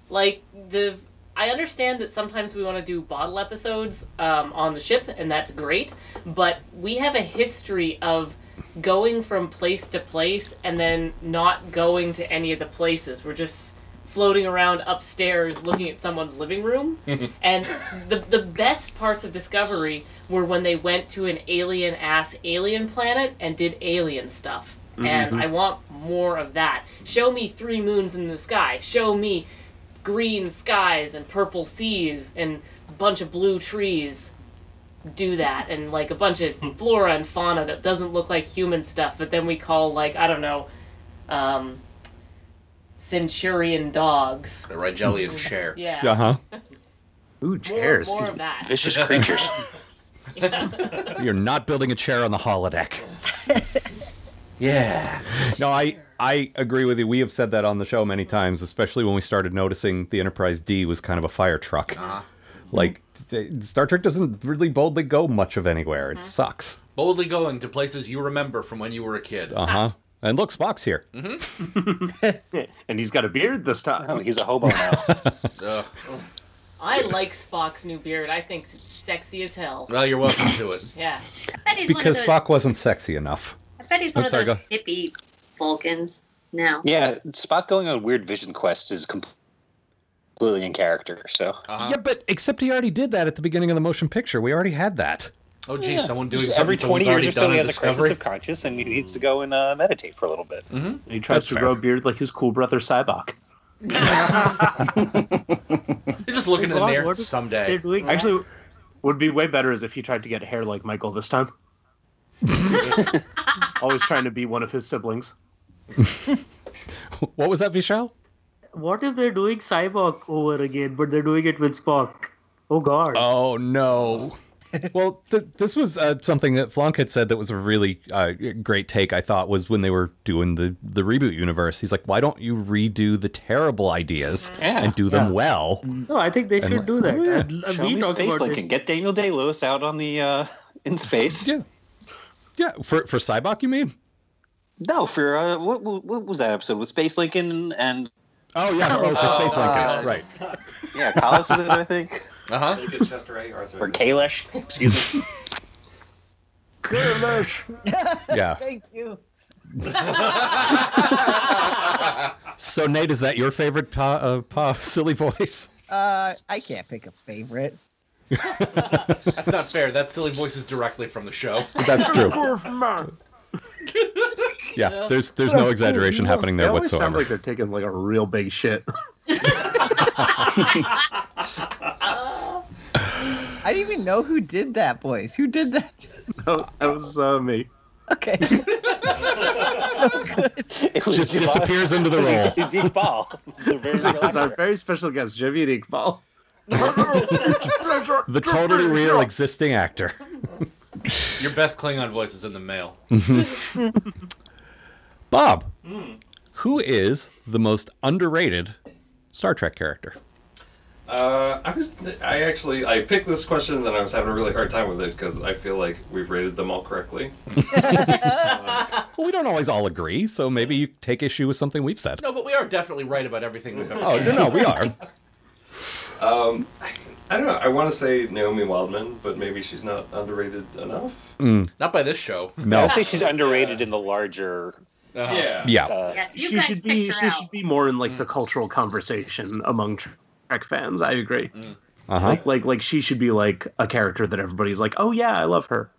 [SPEAKER 1] Like the, I understand that sometimes we want to do bottle episodes um, on the ship, and that's great. But we have a history of going from place to place and then not going to any of the places. We're just floating around upstairs, looking at someone's living room. And the the best parts of Discovery were when they went to an alien ass alien planet and did alien stuff. And
[SPEAKER 14] Mhm.
[SPEAKER 1] I want more of that. Show me three moons in the sky. Show me green skies and purple seas and a bunch of blue trees. Do that and like a bunch of flora and fauna that doesn't look like human stuff, but then we call like I don't know, um, centurion dogs. Mm-hmm.
[SPEAKER 4] The Rigelian chair.
[SPEAKER 1] Yeah.
[SPEAKER 3] Uh
[SPEAKER 5] Ooh,
[SPEAKER 1] chairs. more of that.
[SPEAKER 6] Vicious creatures.
[SPEAKER 3] [LAUGHS]
[SPEAKER 2] [LAUGHS]
[SPEAKER 3] huh. You're not building a chair on the holodeck.
[SPEAKER 4] Yeah.
[SPEAKER 3] No, I I agree with you. We have said that on the show many times, especially when we started noticing the Enterprise D was kind of a fire truck.
[SPEAKER 4] Uh-huh.
[SPEAKER 3] Like th- Star Trek doesn't really boldly go much of anywhere.
[SPEAKER 6] Uh-huh.
[SPEAKER 3] It sucks.
[SPEAKER 4] Boldly going to places you remember from when you were a kid.
[SPEAKER 3] Uh huh. And look, Spock's here.
[SPEAKER 4] Mm-hmm. [LAUGHS]
[SPEAKER 5] and [LAUGHS]
[SPEAKER 3] [LAUGHS]
[SPEAKER 5] he's got a beard this time.
[SPEAKER 6] Oh, he's a hobo now.
[SPEAKER 5] [LAUGHS]
[SPEAKER 1] I like Spock's new beard. I think it's sexy as hell.
[SPEAKER 4] Well, you're welcome to it.
[SPEAKER 1] Yeah.
[SPEAKER 9] I bet he's
[SPEAKER 3] Because
[SPEAKER 9] one of
[SPEAKER 3] Spock wasn't sexy enough.
[SPEAKER 9] those, I bet he's
[SPEAKER 6] I'm
[SPEAKER 9] one of
[SPEAKER 6] Oh, sorry,
[SPEAKER 9] those
[SPEAKER 6] go-
[SPEAKER 9] hippie Vulcans now.
[SPEAKER 6] Yeah, Spock going on weird vision quests is completely in character. So
[SPEAKER 4] Uh-huh.
[SPEAKER 3] Yeah, but except he already did that at the beginning of the motion picture. We already had that.
[SPEAKER 4] Oh, geez,
[SPEAKER 6] Yeah.
[SPEAKER 4] someone doing
[SPEAKER 6] Just
[SPEAKER 4] something
[SPEAKER 6] every
[SPEAKER 4] someone's
[SPEAKER 6] twenty years
[SPEAKER 4] already
[SPEAKER 6] or so,
[SPEAKER 4] done
[SPEAKER 6] he
[SPEAKER 4] in
[SPEAKER 6] has a
[SPEAKER 4] Discovery. Mm.
[SPEAKER 6] crisis of conscience, and he needs to go and uh, meditate for a little bit.
[SPEAKER 5] And he tries
[SPEAKER 6] Mm-hmm. That's
[SPEAKER 5] to
[SPEAKER 6] fair.
[SPEAKER 5] grow a beard like his cool brother Cybok.
[SPEAKER 4] You're just looking in
[SPEAKER 5] God,
[SPEAKER 4] there
[SPEAKER 5] what is-
[SPEAKER 4] someday.
[SPEAKER 5] Actually, would be way better is if he tried to get hair like Michael this
[SPEAKER 3] [LAUGHS]
[SPEAKER 5] time. Always trying to be one of his siblings.
[SPEAKER 3] What was that, Vishal?
[SPEAKER 7] What if they're doing Cyborg over again, but they're doing it with Spock? Oh God.
[SPEAKER 3] Oh no. well, th- this was uh, something that Flonk had said that was a really uh, great take. I thought was when they were doing the the reboot universe. He's like, why don't you redo the terrible ideas
[SPEAKER 6] Mm-hmm. Yeah.
[SPEAKER 3] and do them
[SPEAKER 6] Yeah.
[SPEAKER 3] well?
[SPEAKER 7] No, I think they
[SPEAKER 3] And
[SPEAKER 7] should
[SPEAKER 3] like,
[SPEAKER 7] do that.
[SPEAKER 3] oh, yeah.
[SPEAKER 7] I'd- I'd-
[SPEAKER 6] Show
[SPEAKER 7] we
[SPEAKER 6] me
[SPEAKER 7] talked
[SPEAKER 6] space
[SPEAKER 7] about
[SPEAKER 6] Lincoln.
[SPEAKER 7] this.
[SPEAKER 6] Get Daniel Day Lewis out on the uh, [LAUGHS] in space.
[SPEAKER 3] Yeah, yeah. For for Cybok, you mean?
[SPEAKER 6] No, for uh, what, what what was that episode with Space Lincoln and?
[SPEAKER 3] Oh yeah, oh for Space Lincoln,
[SPEAKER 6] uh,
[SPEAKER 3] right?
[SPEAKER 6] Yeah, Collis was it, I think,
[SPEAKER 4] Uh huh.
[SPEAKER 12] Make it Chester A. Arthur.
[SPEAKER 6] or Kalish.
[SPEAKER 12] [LAUGHS]
[SPEAKER 6] Excuse me.
[SPEAKER 3] [LAUGHS] Yeah.
[SPEAKER 10] Thank you. Uh,
[SPEAKER 3] So Nate, is that your favorite pa, uh, pa [LAUGHS] silly voice?
[SPEAKER 10] Uh, I can't pick a favorite.
[SPEAKER 4] That's not fair. That silly voice is directly from the show.
[SPEAKER 3] [LAUGHS]
[SPEAKER 10] [LAUGHS]
[SPEAKER 3] That's true. Yeah, there's
[SPEAKER 5] [LAUGHS]
[SPEAKER 3] there's no exaggeration happening
[SPEAKER 5] They
[SPEAKER 3] there
[SPEAKER 5] always sound
[SPEAKER 3] whatsoever.
[SPEAKER 5] like they're taking like a real big shit. [LAUGHS]
[SPEAKER 10] I didn't even know who did that voice. Who did that?
[SPEAKER 5] no, that was uh, me.
[SPEAKER 10] [LAUGHS] Okay.
[SPEAKER 6] It was
[SPEAKER 3] Just
[SPEAKER 6] Jabbar-
[SPEAKER 3] disappears into
[SPEAKER 6] [LAUGHS]
[SPEAKER 3] the role.
[SPEAKER 6] Iqbal, the very
[SPEAKER 5] It was our
[SPEAKER 6] elaborate-
[SPEAKER 5] very special guest, Javid Iqbal.
[SPEAKER 3] the totally real existing actor.
[SPEAKER 4] Your best Klingon voice is in the mail.
[SPEAKER 3] Mm-hmm. Bob,
[SPEAKER 12] Mm.
[SPEAKER 3] who is the most underrated Star Trek character?
[SPEAKER 12] Uh, I was. I actually. I picked this question, and then I was having a really hard time with it because I feel like we've rated them all correctly.
[SPEAKER 3] Well, we don't always all agree, so maybe you take issue with something we've said.
[SPEAKER 4] No, but we are definitely right about everything we've ever
[SPEAKER 3] Oh,
[SPEAKER 4] said.
[SPEAKER 3] no, no, we are.
[SPEAKER 12] Um, I, I don't know. I want to say Naomi Wildman, but maybe she's not underrated enough.
[SPEAKER 3] Mm.
[SPEAKER 4] Not by this show.
[SPEAKER 3] No.
[SPEAKER 6] [LAUGHS] I'd say she's underrated in the larger.
[SPEAKER 12] Yeah.
[SPEAKER 3] Yeah.
[SPEAKER 6] uh,
[SPEAKER 9] Yes, you
[SPEAKER 5] she
[SPEAKER 9] guys
[SPEAKER 5] should
[SPEAKER 9] picked
[SPEAKER 5] be
[SPEAKER 9] her
[SPEAKER 5] she
[SPEAKER 9] out.
[SPEAKER 5] should be more in like the cultural conversation among Trek fans. I agree.
[SPEAKER 3] Uh-huh.
[SPEAKER 5] Like like like she should be like a character that everybody's like, oh yeah, I love her.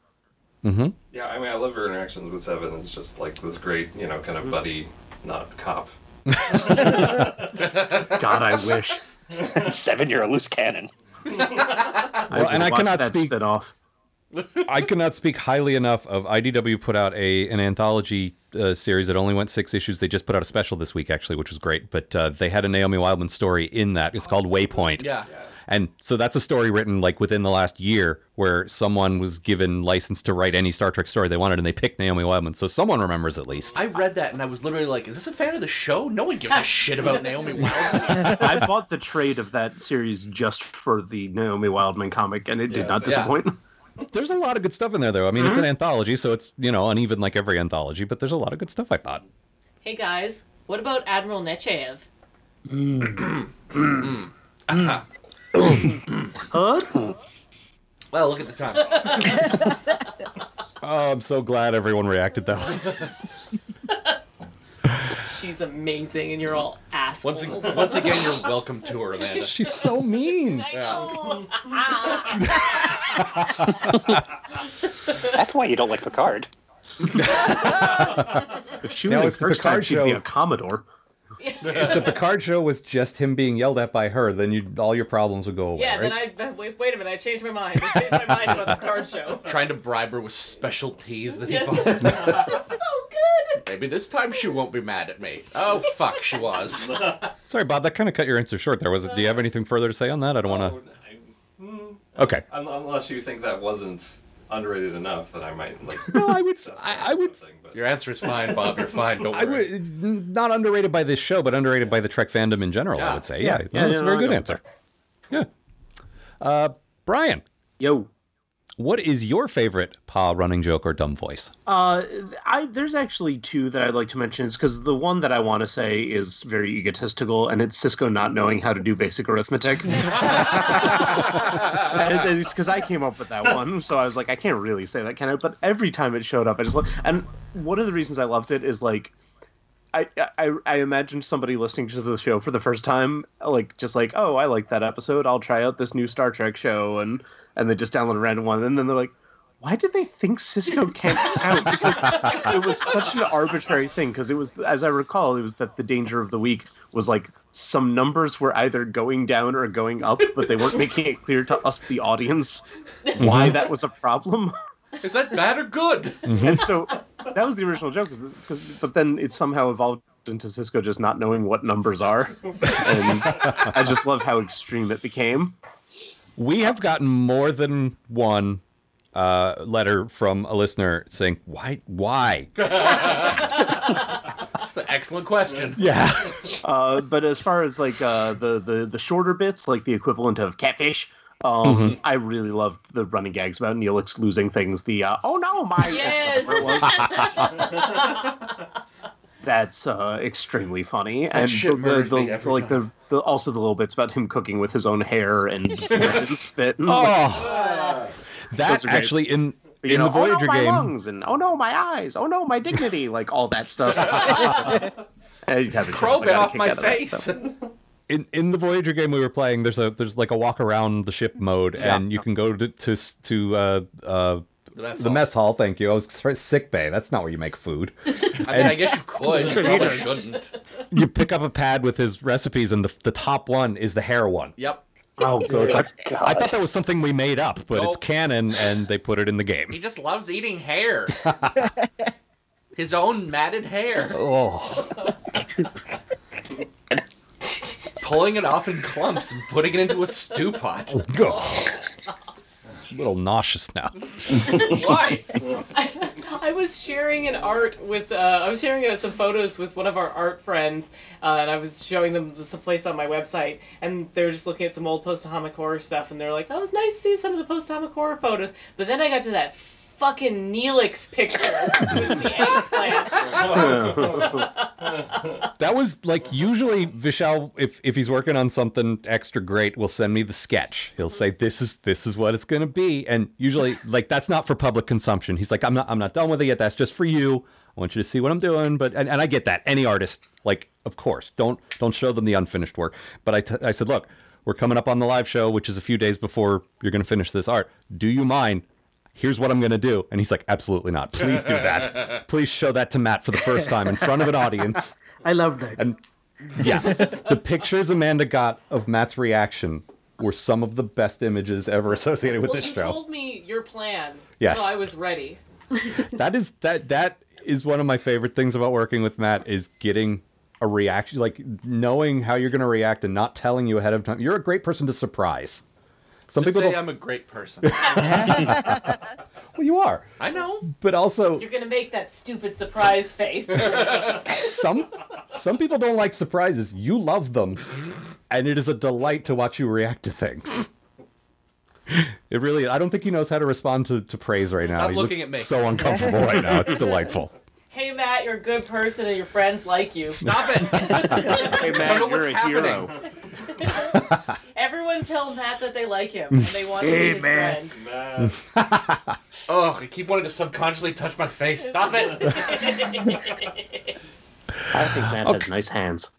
[SPEAKER 3] Mm-hmm.
[SPEAKER 12] Yeah, I mean, I love her interactions with Seven. It's just like this great, you know, kind of buddy, not
[SPEAKER 7] [LAUGHS]
[SPEAKER 12] cop.
[SPEAKER 5] God, I wish.
[SPEAKER 6] [LAUGHS] Seven, you're a loose
[SPEAKER 3] [LAUGHS]
[SPEAKER 6] cannon.
[SPEAKER 3] Well, and I
[SPEAKER 5] watched
[SPEAKER 3] cannot
[SPEAKER 5] that
[SPEAKER 3] speak.
[SPEAKER 5] Spinoff.
[SPEAKER 3] I cannot speak highly enough of IDW. Put out a an anthology uh, series that only went six issues. They just put out a special this week, actually, which was great. But uh, they had a Naomi Wildman story in that. It's called Waypoint.
[SPEAKER 4] Yeah.
[SPEAKER 3] And so that's a story written like within the last year where someone was given license to write any Star Trek story they wanted and they picked Naomi Wildman. So someone remembers at least.
[SPEAKER 4] I read that and I was literally like, "Is this a fan of the show? No one gives a shit about Naomi." Wildman.
[SPEAKER 5] [LAUGHS] I bought the trade of that series just for the Naomi Wildman comic, and it did
[SPEAKER 4] Yes.
[SPEAKER 5] not
[SPEAKER 4] Yeah.
[SPEAKER 5] disappoint. Mm-hmm.
[SPEAKER 3] There's a lot of good stuff in there, though. I mean, it's an anthology, so it's, you know, uneven like every anthology, but there's a lot of good stuff, I thought.
[SPEAKER 1] Hey guys, what about Admiral Nechayev?
[SPEAKER 4] Mm. [CLEARS THROAT]
[SPEAKER 5] Mm. Huh?
[SPEAKER 4] well, look at the time.
[SPEAKER 3] Oh, I'm so glad everyone reacted that way.
[SPEAKER 1] She's amazing, and you're all
[SPEAKER 4] Once,
[SPEAKER 1] assholes.
[SPEAKER 4] ag- once again, you're welcome to her, Amanda.
[SPEAKER 3] [LAUGHS] She's so mean.
[SPEAKER 1] I know. ah.
[SPEAKER 6] That's why you don't like [LAUGHS] Picard.
[SPEAKER 5] If she
[SPEAKER 3] Now,
[SPEAKER 5] was a
[SPEAKER 3] if the
[SPEAKER 5] first time,
[SPEAKER 3] Picard
[SPEAKER 5] she'd be
[SPEAKER 3] show-
[SPEAKER 5] a Commodore.
[SPEAKER 3] if the Picard show was just him being yelled at by her, then you all your problems would go away.
[SPEAKER 1] yeah, then
[SPEAKER 3] right?
[SPEAKER 1] I wait, wait a minute. I changed my mind. I changed my mind about the card show.
[SPEAKER 4] [LAUGHS] Trying to bribe her with special teas that he
[SPEAKER 1] Yes.
[SPEAKER 4] bought.
[SPEAKER 1] [LAUGHS] so good.
[SPEAKER 4] Maybe this time she won't be mad at me. Oh fuck, she was.
[SPEAKER 3] Sorry, Bob, that kind of cut your answer short there. Was it? Do you have anything further to say on that? I don't want
[SPEAKER 12] Oh, I- hmm.
[SPEAKER 3] to. Okay.
[SPEAKER 12] Un- Unless you think that wasn't underrated enough, then I might like.
[SPEAKER 3] No, I would.
[SPEAKER 12] that's
[SPEAKER 3] I, I would.
[SPEAKER 12] something, but
[SPEAKER 4] Your answer is fine, Bob. You're fine. Don't
[SPEAKER 3] I
[SPEAKER 4] worry.
[SPEAKER 3] would not underrated by this show, but underrated by the Trek fandom in general. I
[SPEAKER 4] Yeah.
[SPEAKER 3] would say, yeah,
[SPEAKER 5] Yeah,
[SPEAKER 3] that's
[SPEAKER 5] yeah,
[SPEAKER 3] a
[SPEAKER 5] no, I
[SPEAKER 3] very good
[SPEAKER 5] go-
[SPEAKER 3] answer. Yeah. Uh, Brian,
[SPEAKER 5] Yo.
[SPEAKER 3] what is your favorite Pa running joke or dumb voice?
[SPEAKER 5] Uh, I there's actually two that I'd like to mention is because the one that I want to say is very egotistical, and it's Cisco not knowing how to do basic arithmetic. Because I came up with that one, so I was like, I can't really say that, can I? But every time it showed up, I just lo- and one of the reasons I loved it is like. I, I I imagined somebody listening to the show for the first time, like just like, oh, I like that episode. I'll try out this new Star Trek show, and and they just download a random one, and then they're like, why did they think Cisco can't count? Because it was such an arbitrary thing. Because it was, as I recall, it was that the danger of the week was like some numbers were either going down or going up, but they weren't making it clear to us, the audience, why that was a problem.
[SPEAKER 4] Is that bad or good?
[SPEAKER 5] And so that was the original joke. is that Cis- But then it somehow evolved into Cisco just not knowing what numbers are. And I just love how extreme it became.
[SPEAKER 3] We have gotten more than one uh, letter from a listener saying, "Why? Why?
[SPEAKER 5] [LAUGHS]
[SPEAKER 4] That's an excellent question.
[SPEAKER 3] Yeah."
[SPEAKER 5] [LAUGHS] Uh, but as far as like uh, the, the the shorter bits, like the equivalent of catfish, um,
[SPEAKER 3] Mm-hmm.
[SPEAKER 5] I really loved the running gags about Neelix losing things. The uh, oh no,
[SPEAKER 9] [LAUGHS]
[SPEAKER 5] my [LAUGHS] whatever it was.
[SPEAKER 1] [LAUGHS] Yes.
[SPEAKER 5] that's uh, extremely funny, and
[SPEAKER 4] shit
[SPEAKER 5] the,
[SPEAKER 4] murders
[SPEAKER 5] the,
[SPEAKER 4] me every
[SPEAKER 5] like the,
[SPEAKER 4] time.
[SPEAKER 5] the also the little bits about him cooking with his own hair and spit. And,
[SPEAKER 3] Oh,
[SPEAKER 5] Those
[SPEAKER 3] that
[SPEAKER 5] are great.
[SPEAKER 3] actually in
[SPEAKER 5] you
[SPEAKER 3] in
[SPEAKER 5] know,
[SPEAKER 3] the Voyager
[SPEAKER 5] oh, no, my
[SPEAKER 3] game.
[SPEAKER 5] lungs, and oh no, my eyes, oh no, my dignity, like all that
[SPEAKER 4] [LAUGHS]
[SPEAKER 5] stuff. I'd have a
[SPEAKER 4] Crow
[SPEAKER 5] job, I
[SPEAKER 4] bit
[SPEAKER 5] got a
[SPEAKER 4] off
[SPEAKER 5] kick
[SPEAKER 4] my
[SPEAKER 5] out of that,
[SPEAKER 4] face. [LAUGHS]
[SPEAKER 5] so.
[SPEAKER 3] in in the Voyager game we were playing, there's a there's like a walk around the ship mode, and you can go to to s- to uh, uh,
[SPEAKER 4] The mess
[SPEAKER 3] the
[SPEAKER 4] hall.
[SPEAKER 3] mess hall. Thank you. I was sorry, sick bay. That's not where you make food.
[SPEAKER 4] [LAUGHS] I mean, I guess
[SPEAKER 3] [LAUGHS]
[SPEAKER 4] you could. You probably
[SPEAKER 5] Tornadoes.
[SPEAKER 4] shouldn't.
[SPEAKER 3] you pick up a pad with his recipes, and the the top one is the hair one.
[SPEAKER 4] Yep.
[SPEAKER 5] Oh,
[SPEAKER 3] So it's
[SPEAKER 5] God.
[SPEAKER 3] like I thought that was something we made
[SPEAKER 4] Oh.
[SPEAKER 3] up, but it's
[SPEAKER 4] Nope.
[SPEAKER 3] canon, and they put it in the
[SPEAKER 4] He
[SPEAKER 3] [LAUGHS] game.
[SPEAKER 4] just loves eating hair. His own matted hair.
[SPEAKER 3] Oh. [LAUGHS]
[SPEAKER 4] Pulling it off in clumps and putting it into a stew pot.
[SPEAKER 3] I'm a little nauseous now.
[SPEAKER 4] [LAUGHS]
[SPEAKER 3] [LAUGHS]
[SPEAKER 4] Why?
[SPEAKER 1] I, I was sharing an art with uh, I was sharing uh, some photos with one of our art friends, uh, and I was showing them this place on my website, and they were just looking at some old post-atomic horror stuff, and they're like, "That was nice to see some of the post-atomic horror photos," but then I got to that fucking Neelix picture with the
[SPEAKER 3] [LAUGHS]
[SPEAKER 1] eggplant.
[SPEAKER 3] that was like usually Vishal, if if he's working on something extra great, will send me the sketch. He'll say, "This is this is what it's going to be," and usually like that's not for public consumption. He's like, "I'm not I'm not done with it yet. That's just for you. I want you to see what I'm doing." But and, and I get that any artist like of course don't don't show them the unfinished work. But I, t- I said, look, we're coming up on the live show, which is a few days before you're going to finish this art. Do you mind? Here's what I'm going to do. And he's like, absolutely not. Please do that. Please show that to Matt for the first time in front of
[SPEAKER 4] [LAUGHS]
[SPEAKER 3] an audience.
[SPEAKER 7] [LAUGHS] I love that.
[SPEAKER 3] And yeah, the pictures Amanda got of Matt's reaction were some of the best images ever [LAUGHS] associated with
[SPEAKER 1] well,
[SPEAKER 3] this
[SPEAKER 1] you
[SPEAKER 3] show.
[SPEAKER 1] told me your plan,
[SPEAKER 3] Yes.
[SPEAKER 1] so I was ready.
[SPEAKER 3] That is that that is one of my favorite things about working with Matt is getting a reaction, like knowing how you're going to react and not telling you ahead of time. You're a great person to surprise. Some
[SPEAKER 4] Just
[SPEAKER 3] people
[SPEAKER 4] say
[SPEAKER 3] don't-
[SPEAKER 4] I'm a great
[SPEAKER 1] [LAUGHS]
[SPEAKER 4] person. [LAUGHS]
[SPEAKER 3] [LAUGHS] well, you are.
[SPEAKER 4] I know.
[SPEAKER 3] But also,
[SPEAKER 1] You're gonna make that stupid surprise face.
[SPEAKER 3] [LAUGHS] some some people don't like surprises. You love them, and it is a delight to watch you react to things. It really. I don't think he knows how to respond to, to praise right now.
[SPEAKER 4] Stop
[SPEAKER 3] he
[SPEAKER 4] looking
[SPEAKER 3] looks
[SPEAKER 4] at me.
[SPEAKER 3] so uncomfortable right now. It's delightful.
[SPEAKER 1] hey Matt, you're a good person, and your friends like you.
[SPEAKER 4] Stop [LAUGHS] it!
[SPEAKER 1] hey
[SPEAKER 4] Matt, I don't know what's you're a happening.
[SPEAKER 1] [LAUGHS] Everyone tell Matt that they like him and they want to be his friend.
[SPEAKER 4] [LAUGHS] oh, I keep wanting to subconsciously touch my face. Stop it.
[SPEAKER 8] [LAUGHS]
[SPEAKER 5] I think Matt has nice hands.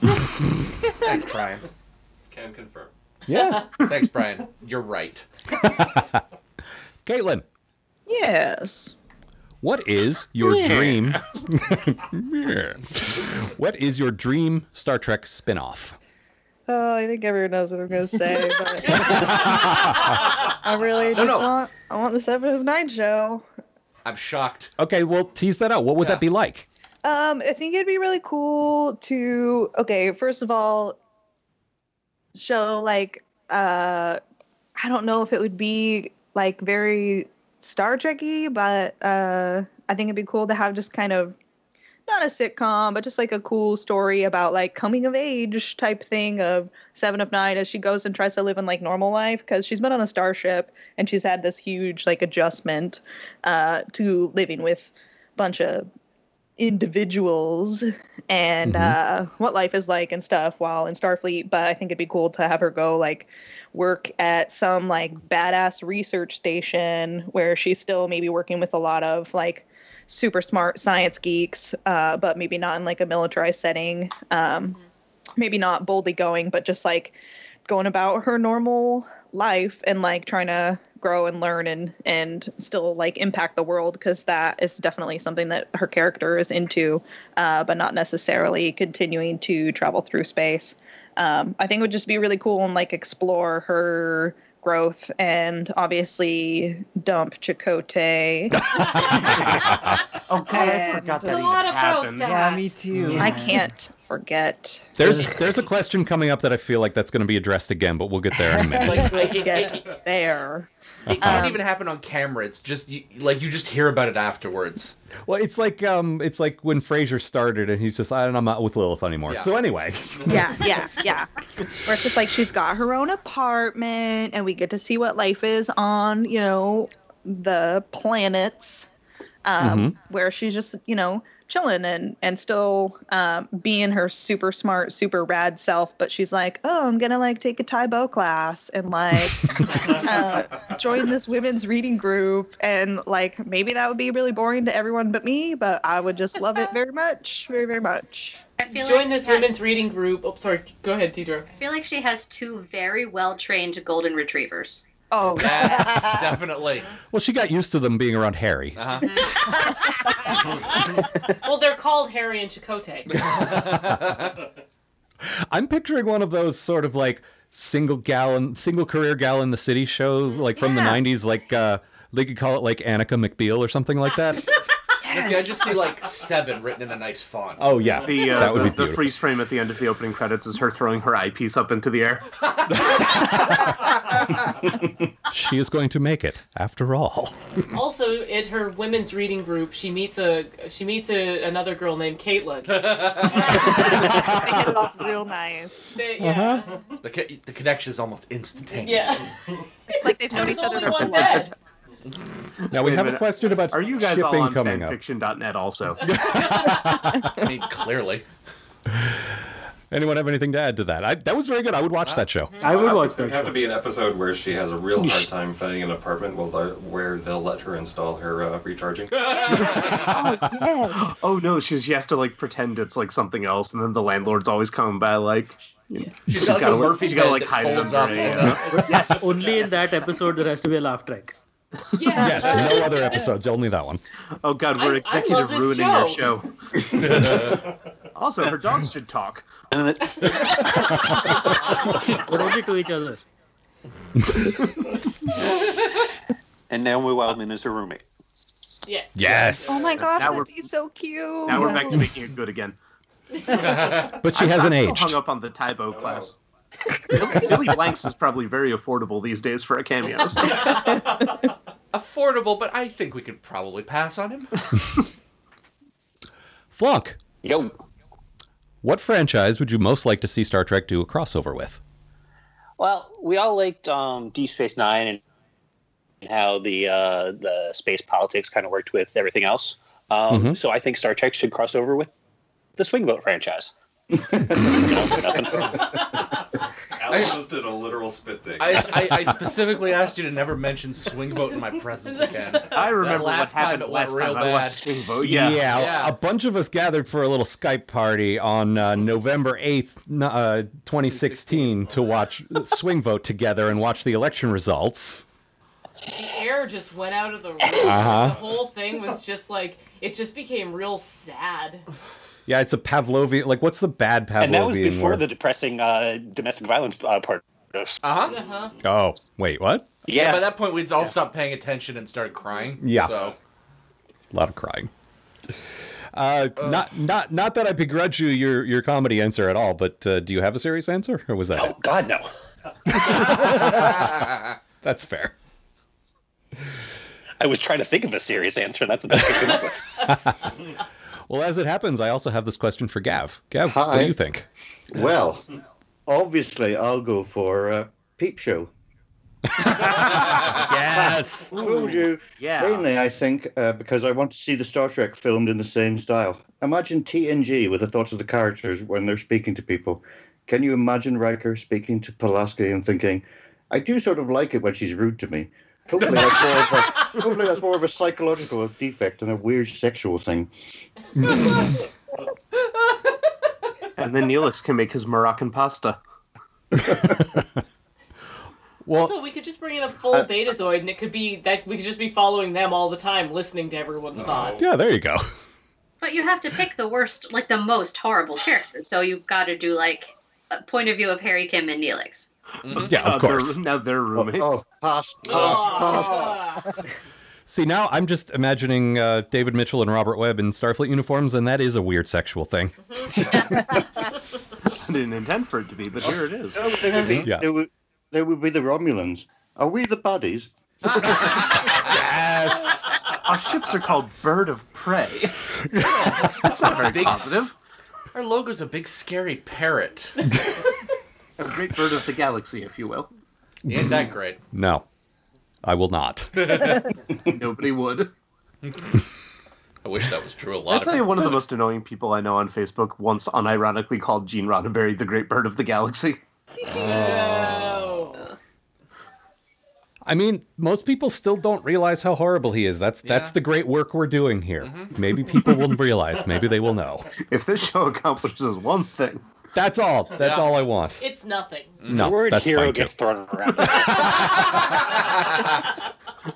[SPEAKER 4] Thanks, Brian.
[SPEAKER 12] Can confirm.
[SPEAKER 3] [LAUGHS] Yeah.
[SPEAKER 4] Thanks, Brian. You're right.
[SPEAKER 3] [LAUGHS] Caitlin,
[SPEAKER 8] Yes.
[SPEAKER 3] what is your
[SPEAKER 8] Yeah.
[SPEAKER 3] dream? Yeah. What is your dream Star Trek spinoff?
[SPEAKER 8] Oh, I think everyone knows what I'm gonna say, but I really just
[SPEAKER 4] no.
[SPEAKER 8] want I want the Seven of Nine show.
[SPEAKER 4] I'm shocked.
[SPEAKER 3] Okay, well, tease that out. What would that be like?
[SPEAKER 8] Um, I think it'd be really cool to okay, first of all, show like uh I don't know if it would be like very Star Trekky, but uh I think it'd be cool to have just kind of not a sitcom, but just like a cool story about like coming of age type thing of Seven of Nine as she goes and tries to live in like normal life because she's been on a starship and she's had this huge like adjustment uh, to living with bunch of individuals and uh, what life is like and stuff while in Starfleet. But I think it'd be cool to have her go like work at some like badass research station where she's still maybe working with a lot of like super smart science geeks, uh, but maybe not in like a militarized setting. Um, Maybe not boldly going, but just like going about her normal life and like trying to grow and learn and and still like impact the world because that is definitely something that her character is into uh, but not necessarily continuing to travel through space um, i think it would just be really cool and like explore her growth and obviously dump
[SPEAKER 10] [LAUGHS]
[SPEAKER 8] chicote
[SPEAKER 10] Oh God, I forgot that even happened. Yeah, me too.
[SPEAKER 8] i can't forget
[SPEAKER 3] There's there's a question coming up that I feel like that's going to be addressed again, but we'll get there in a minute.
[SPEAKER 8] like, I get there Um,
[SPEAKER 4] It can't even happen on camera. It's just you, like you just hear about it afterwards.
[SPEAKER 3] Well, it's like um, it's like when Frasier started, and he's just, I don't, I'm not with Lilith anymore.
[SPEAKER 4] Yeah.
[SPEAKER 3] So anyway,
[SPEAKER 8] [LAUGHS] yeah, yeah, yeah. Where it's just like she's got her own apartment, and we get to see what life is on, you know, the planets, um, where she's just, you know, chilling and and still um, being her super smart, super rad self. But she's like, oh, I'm gonna like take a Taibo class and like uh, join this women's reading group, and like maybe that would be really boring to everyone but me, but I would just love it very much, very very much.
[SPEAKER 1] Join this women's reading group. Oh, sorry. Go ahead, Deidre.
[SPEAKER 9] I feel like she has two very well trained golden retrievers.
[SPEAKER 8] Oh,
[SPEAKER 4] definitely.
[SPEAKER 3] [LAUGHS] well, she got used to them being around Harry.
[SPEAKER 1] [LAUGHS]
[SPEAKER 5] Uh-huh.
[SPEAKER 1] well, they're called Harry
[SPEAKER 4] [LAUGHS]
[SPEAKER 1] and Chicote.
[SPEAKER 3] I'm picturing one of those sort of like single gal in- single career gal in the city show, like from the '90s, like uh, they could call it like Annika McBeal or something like that.
[SPEAKER 4] see, I just see like seven written in a nice font.
[SPEAKER 3] Oh,
[SPEAKER 5] the, uh, the, the freeze frame at the end of the opening credits is her throwing her eyepiece up into the air.
[SPEAKER 3] she is going to make it, after all.
[SPEAKER 1] also, at her women's reading group, she meets a she meets a, another girl
[SPEAKER 8] [LAUGHS]
[SPEAKER 4] [LAUGHS]
[SPEAKER 1] named Caitlin. they
[SPEAKER 8] get off real nice.
[SPEAKER 5] Uh-huh.
[SPEAKER 1] yeah.
[SPEAKER 4] The, co- the connection is almost instantaneous.
[SPEAKER 1] Yeah.
[SPEAKER 4] [LAUGHS]
[SPEAKER 8] It's like they've known each other their whole
[SPEAKER 1] one
[SPEAKER 8] life.
[SPEAKER 1] dead.
[SPEAKER 3] Now we have a question about
[SPEAKER 5] Are you guys
[SPEAKER 3] shipping
[SPEAKER 5] all on
[SPEAKER 3] coming up.
[SPEAKER 5] fanfiction.net also?
[SPEAKER 4] I mean, [LAUGHS] clearly.
[SPEAKER 3] [LAUGHS] Anyone have anything to add to that? I, that was very good. I would watch that show.
[SPEAKER 7] I would watch
[SPEAKER 12] There'd have to be an episode where she has a real
[SPEAKER 7] [LAUGHS]
[SPEAKER 12] hard time finding an apartment while the- where they'll let her install her uh,
[SPEAKER 4] [LAUGHS]
[SPEAKER 12] recharging.
[SPEAKER 5] oh no, she's, she has to like pretend it's like something else, and then the landlord's always coming by like. you know,
[SPEAKER 4] She's got, like, a
[SPEAKER 5] like-
[SPEAKER 4] Murphy
[SPEAKER 5] she's gotta,
[SPEAKER 4] bed
[SPEAKER 5] like
[SPEAKER 4] that
[SPEAKER 5] hide it
[SPEAKER 4] folds
[SPEAKER 5] under
[SPEAKER 4] up.
[SPEAKER 5] her
[SPEAKER 7] yes, only in that episode there has to be a laugh track.
[SPEAKER 3] Yes, no other episodes, only that one.
[SPEAKER 5] Oh God,
[SPEAKER 7] I- I
[SPEAKER 5] we're
[SPEAKER 7] love
[SPEAKER 5] executive
[SPEAKER 7] this
[SPEAKER 5] ruining your show.
[SPEAKER 4] [LAUGHS]
[SPEAKER 5] also, her dogs should talk. [LAUGHS]
[SPEAKER 7] But only to each other.
[SPEAKER 6] and Naomi Wildman is her roommate.
[SPEAKER 1] Yes.
[SPEAKER 3] Yes.
[SPEAKER 8] Oh my gosh,
[SPEAKER 5] Now
[SPEAKER 8] that'd
[SPEAKER 5] we're-
[SPEAKER 8] be so cute.
[SPEAKER 5] Now we're back to making it good
[SPEAKER 11] [LAUGHS]
[SPEAKER 5] again.
[SPEAKER 3] But she hasn't
[SPEAKER 5] I'm still
[SPEAKER 3] aged.
[SPEAKER 5] Hung up on the
[SPEAKER 11] Oh.
[SPEAKER 5] Tybo class. Billy Billy Blanks is probably very affordable these days for a cameo. so-
[SPEAKER 4] Affordable, but I think we could probably pass on him.
[SPEAKER 3] Flunk.
[SPEAKER 6] Yo.
[SPEAKER 3] What franchise would you most like to see Star Trek do a crossover with?
[SPEAKER 6] Well, we all liked um, Deep Space Nine and how the uh, the space politics kind of worked with everything else. Um,
[SPEAKER 3] Mhm.
[SPEAKER 6] So I think Star Trek should cross over with the Swing Boat franchise.
[SPEAKER 12] Alex just did a literal spit thing.
[SPEAKER 4] I, I, I specifically asked you to never mention swing boat in my presence again.
[SPEAKER 5] I remember
[SPEAKER 4] That
[SPEAKER 5] what
[SPEAKER 4] last
[SPEAKER 5] happened
[SPEAKER 4] time it
[SPEAKER 5] last
[SPEAKER 4] went real
[SPEAKER 5] time I
[SPEAKER 4] bad.
[SPEAKER 5] watched Swing Vote. Yeah.
[SPEAKER 3] yeah,
[SPEAKER 4] Oh, Yeah.
[SPEAKER 3] A bunch of us gathered for a little Skype party on uh, November 8th, n- uh, 2016, to watch [LAUGHS] Swing Vote together and watch the election results.
[SPEAKER 1] The air just went out of the room.
[SPEAKER 3] Uh-huh.
[SPEAKER 1] The whole thing was just like it just became real sad.
[SPEAKER 3] Yeah, it's a Pavlovian. Like, what's the bad Pavlovian
[SPEAKER 6] and that was before
[SPEAKER 3] word?
[SPEAKER 6] the depressing uh, domestic violence uh, part. Of
[SPEAKER 4] Uh huh.
[SPEAKER 1] Uh-huh.
[SPEAKER 3] Oh, wait, what?
[SPEAKER 4] Yeah. By that point, we'd all stopped paying attention and started crying.
[SPEAKER 3] Yeah.
[SPEAKER 4] So
[SPEAKER 3] A lot of crying. Uh, not, not, not that I begrudge you your your comedy answer at all, but uh, do you have a serious answer, or was that? it?
[SPEAKER 6] God no. [LAUGHS]
[SPEAKER 3] That's fair.
[SPEAKER 6] I was trying to think of a serious answer. and That's what I came up with.
[SPEAKER 3] Well, as it happens, I also have this question for Gav. Gav, what
[SPEAKER 11] Hi.
[SPEAKER 3] do you think?
[SPEAKER 11] Well, obviously, I'll go for uh, Peep Show.
[SPEAKER 3] yes.
[SPEAKER 11] Told you.
[SPEAKER 5] Yeah.
[SPEAKER 11] Mainly, I think, uh, because I want to see the Star Trek filmed in the same style. Imagine TNG with the thoughts of the characters when they're speaking to people. Can you imagine Riker speaking to Pulaski and thinking, I do sort of like it when she's rude to me? Hopefully that's, more of a, hopefully that's more of a psychological defect than a weird sexual thing.
[SPEAKER 5] And then Neelix can make his Moroccan pasta.
[SPEAKER 3] Well,
[SPEAKER 1] also, we could just bring in a full
[SPEAKER 11] Uh,
[SPEAKER 1] beta zoid, and it could be that we could just be following them all the time, listening to everyone's thoughts.
[SPEAKER 3] yeah, there you go.
[SPEAKER 9] But you have to pick the worst, like the most horrible character. So you've got to do like a point of view of Harry Kim and Neelix.
[SPEAKER 3] mm-hmm.
[SPEAKER 4] mm-hmm.
[SPEAKER 3] Yeah, of
[SPEAKER 5] Now they're-
[SPEAKER 3] course.
[SPEAKER 5] Now they're roommates.
[SPEAKER 11] Oh, pass,
[SPEAKER 4] [LAUGHS]
[SPEAKER 11] pass,
[SPEAKER 4] Oh.
[SPEAKER 11] pass.
[SPEAKER 1] Oh.
[SPEAKER 3] See, now I'm just imagining uh, David Mitchell and Robert Webb in Starfleet uniforms, and that is a weird
[SPEAKER 5] [LAUGHS]
[SPEAKER 3] sexual thing.
[SPEAKER 5] I didn't intend for it to be, but here it is.
[SPEAKER 11] No, they would be,
[SPEAKER 3] Yeah.
[SPEAKER 11] they would, they would be the Romulans. Are we the buddies?
[SPEAKER 3] Yes.
[SPEAKER 5] Our ships are called Bird of Prey. That's not very
[SPEAKER 4] Big s-
[SPEAKER 5] positive.
[SPEAKER 4] our logo's a big scary parrot.
[SPEAKER 5] [LAUGHS] A great bird of the galaxy, if you will.
[SPEAKER 4] Ain't that great?
[SPEAKER 3] No, I will
[SPEAKER 4] [LAUGHS]
[SPEAKER 3] not.
[SPEAKER 5] [LAUGHS] Nobody would.
[SPEAKER 4] I wish that was true. [LAUGHS] A
[SPEAKER 5] I
[SPEAKER 4] lot of
[SPEAKER 5] tell you,
[SPEAKER 4] people.
[SPEAKER 5] one of the most annoying people I know on Facebook once unironically called Gene Roddenberry the Great Bird of the Galaxy.
[SPEAKER 4] Oh.
[SPEAKER 3] Uh,
[SPEAKER 1] No.
[SPEAKER 3] I mean, most people still don't realize how horrible he is. That's
[SPEAKER 4] Yeah.
[SPEAKER 3] that's
[SPEAKER 4] Mm-hmm.
[SPEAKER 3] the great work we're doing here. Maybe people will realize. Maybe they will know.
[SPEAKER 5] [LAUGHS] If this show accomplishes one thing,
[SPEAKER 3] That's all. That's
[SPEAKER 4] Yeah.
[SPEAKER 3] all I want.
[SPEAKER 1] It's nothing.
[SPEAKER 3] No,
[SPEAKER 5] Mm-hmm.
[SPEAKER 6] the word
[SPEAKER 3] that's
[SPEAKER 6] hero
[SPEAKER 3] fine, too.
[SPEAKER 6] gets thrown around.
[SPEAKER 5] [LAUGHS]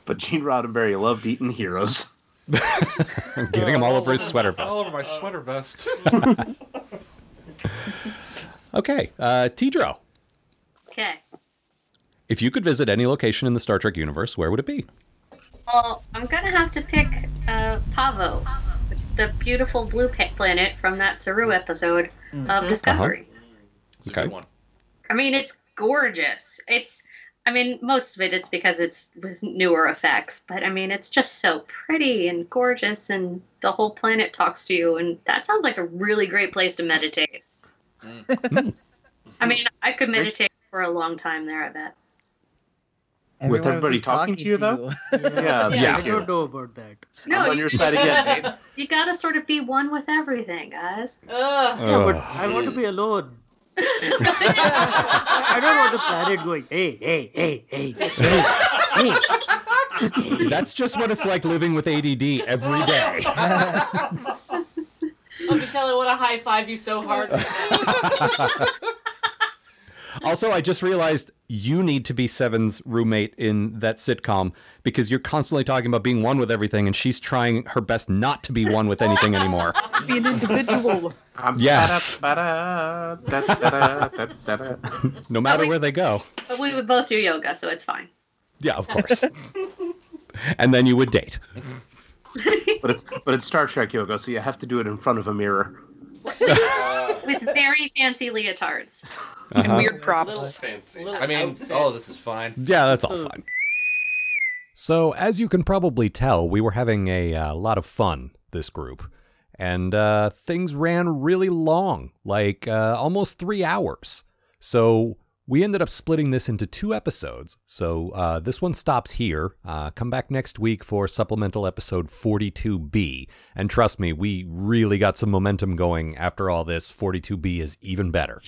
[SPEAKER 5] but Gene Roddenberry loved eating heroes.
[SPEAKER 3] I'm [LAUGHS] getting him all over his sweater
[SPEAKER 4] all
[SPEAKER 3] vest.
[SPEAKER 4] over my sweater vest.
[SPEAKER 3] Okay, uh, Tidro,
[SPEAKER 9] Okay.
[SPEAKER 3] if you could visit any location in the Star Trek universe, where would it be?
[SPEAKER 9] Well, I'm gonna have to pick uh, Pavo the beautiful blue pa- planet from that Saru episode of
[SPEAKER 3] Mhm.
[SPEAKER 9] Discovery.
[SPEAKER 3] It's okay. [LAUGHS]
[SPEAKER 9] I mean, it's gorgeous. It's, I mean, most of it it's because it's with newer effects, but I mean, it's just so pretty and gorgeous, and the whole planet talks to you, and that sounds like a really great place to meditate.
[SPEAKER 5] Mm.
[SPEAKER 9] I mean, I could meditate for a long time there. I bet.
[SPEAKER 5] With everybody talking, to you, though?
[SPEAKER 7] [LAUGHS]
[SPEAKER 5] Yeah.
[SPEAKER 7] I don't know about that.
[SPEAKER 9] No,
[SPEAKER 5] I'm on
[SPEAKER 9] you-
[SPEAKER 5] your side
[SPEAKER 9] [LAUGHS]
[SPEAKER 5] again, babe.
[SPEAKER 9] You gotta sort of be one with everything, guys.
[SPEAKER 7] Yeah, but I want to be
[SPEAKER 9] [LAUGHS]
[SPEAKER 7] alone. [LAUGHS] I don't want the planet going, hey, hey, hey, hey, hey, hey.
[SPEAKER 3] That's just what it's like living with ADD every day.
[SPEAKER 1] [LAUGHS] Oh, Michelle, I want to high five you so hard.
[SPEAKER 3] also, I just realized you need to be Seven's roommate in that sitcom because you're constantly talking about being one with everything, and she's trying her best not to be one with anything anymore.
[SPEAKER 8] Be an individual.
[SPEAKER 3] Yes.
[SPEAKER 5] no
[SPEAKER 3] matter where they go.
[SPEAKER 9] But we would both do yoga, so it's fine.
[SPEAKER 3] Yeah, of
[SPEAKER 9] [LAUGHS]
[SPEAKER 3] course. And then you would date.
[SPEAKER 5] but it's but it's Star Trek yoga, so you have to do it in front of a mirror.
[SPEAKER 9] [LAUGHS] with very fancy leotards.
[SPEAKER 5] Uh-huh.
[SPEAKER 9] Weird
[SPEAKER 8] props.
[SPEAKER 4] [LAUGHS] I mean, all this is fine.
[SPEAKER 3] Yeah, that's all fine. So, as you can probably tell, we were having a uh, lot of fun, this group. And uh, things ran really long, like uh, almost three hours. So, we ended up splitting this into two episodes. So, uh, this one stops here. Uh, come back next week for supplemental episode 42B. And trust me, we really got some momentum going after all this. 42B is even better.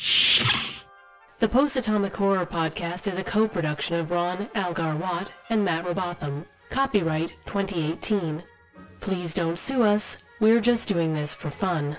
[SPEAKER 2] The Post Atomic Horror Podcast is a co production of Ron Algar Watt and Matt Robotham. Copyright 2018. Please don't sue us, we're just doing this for fun.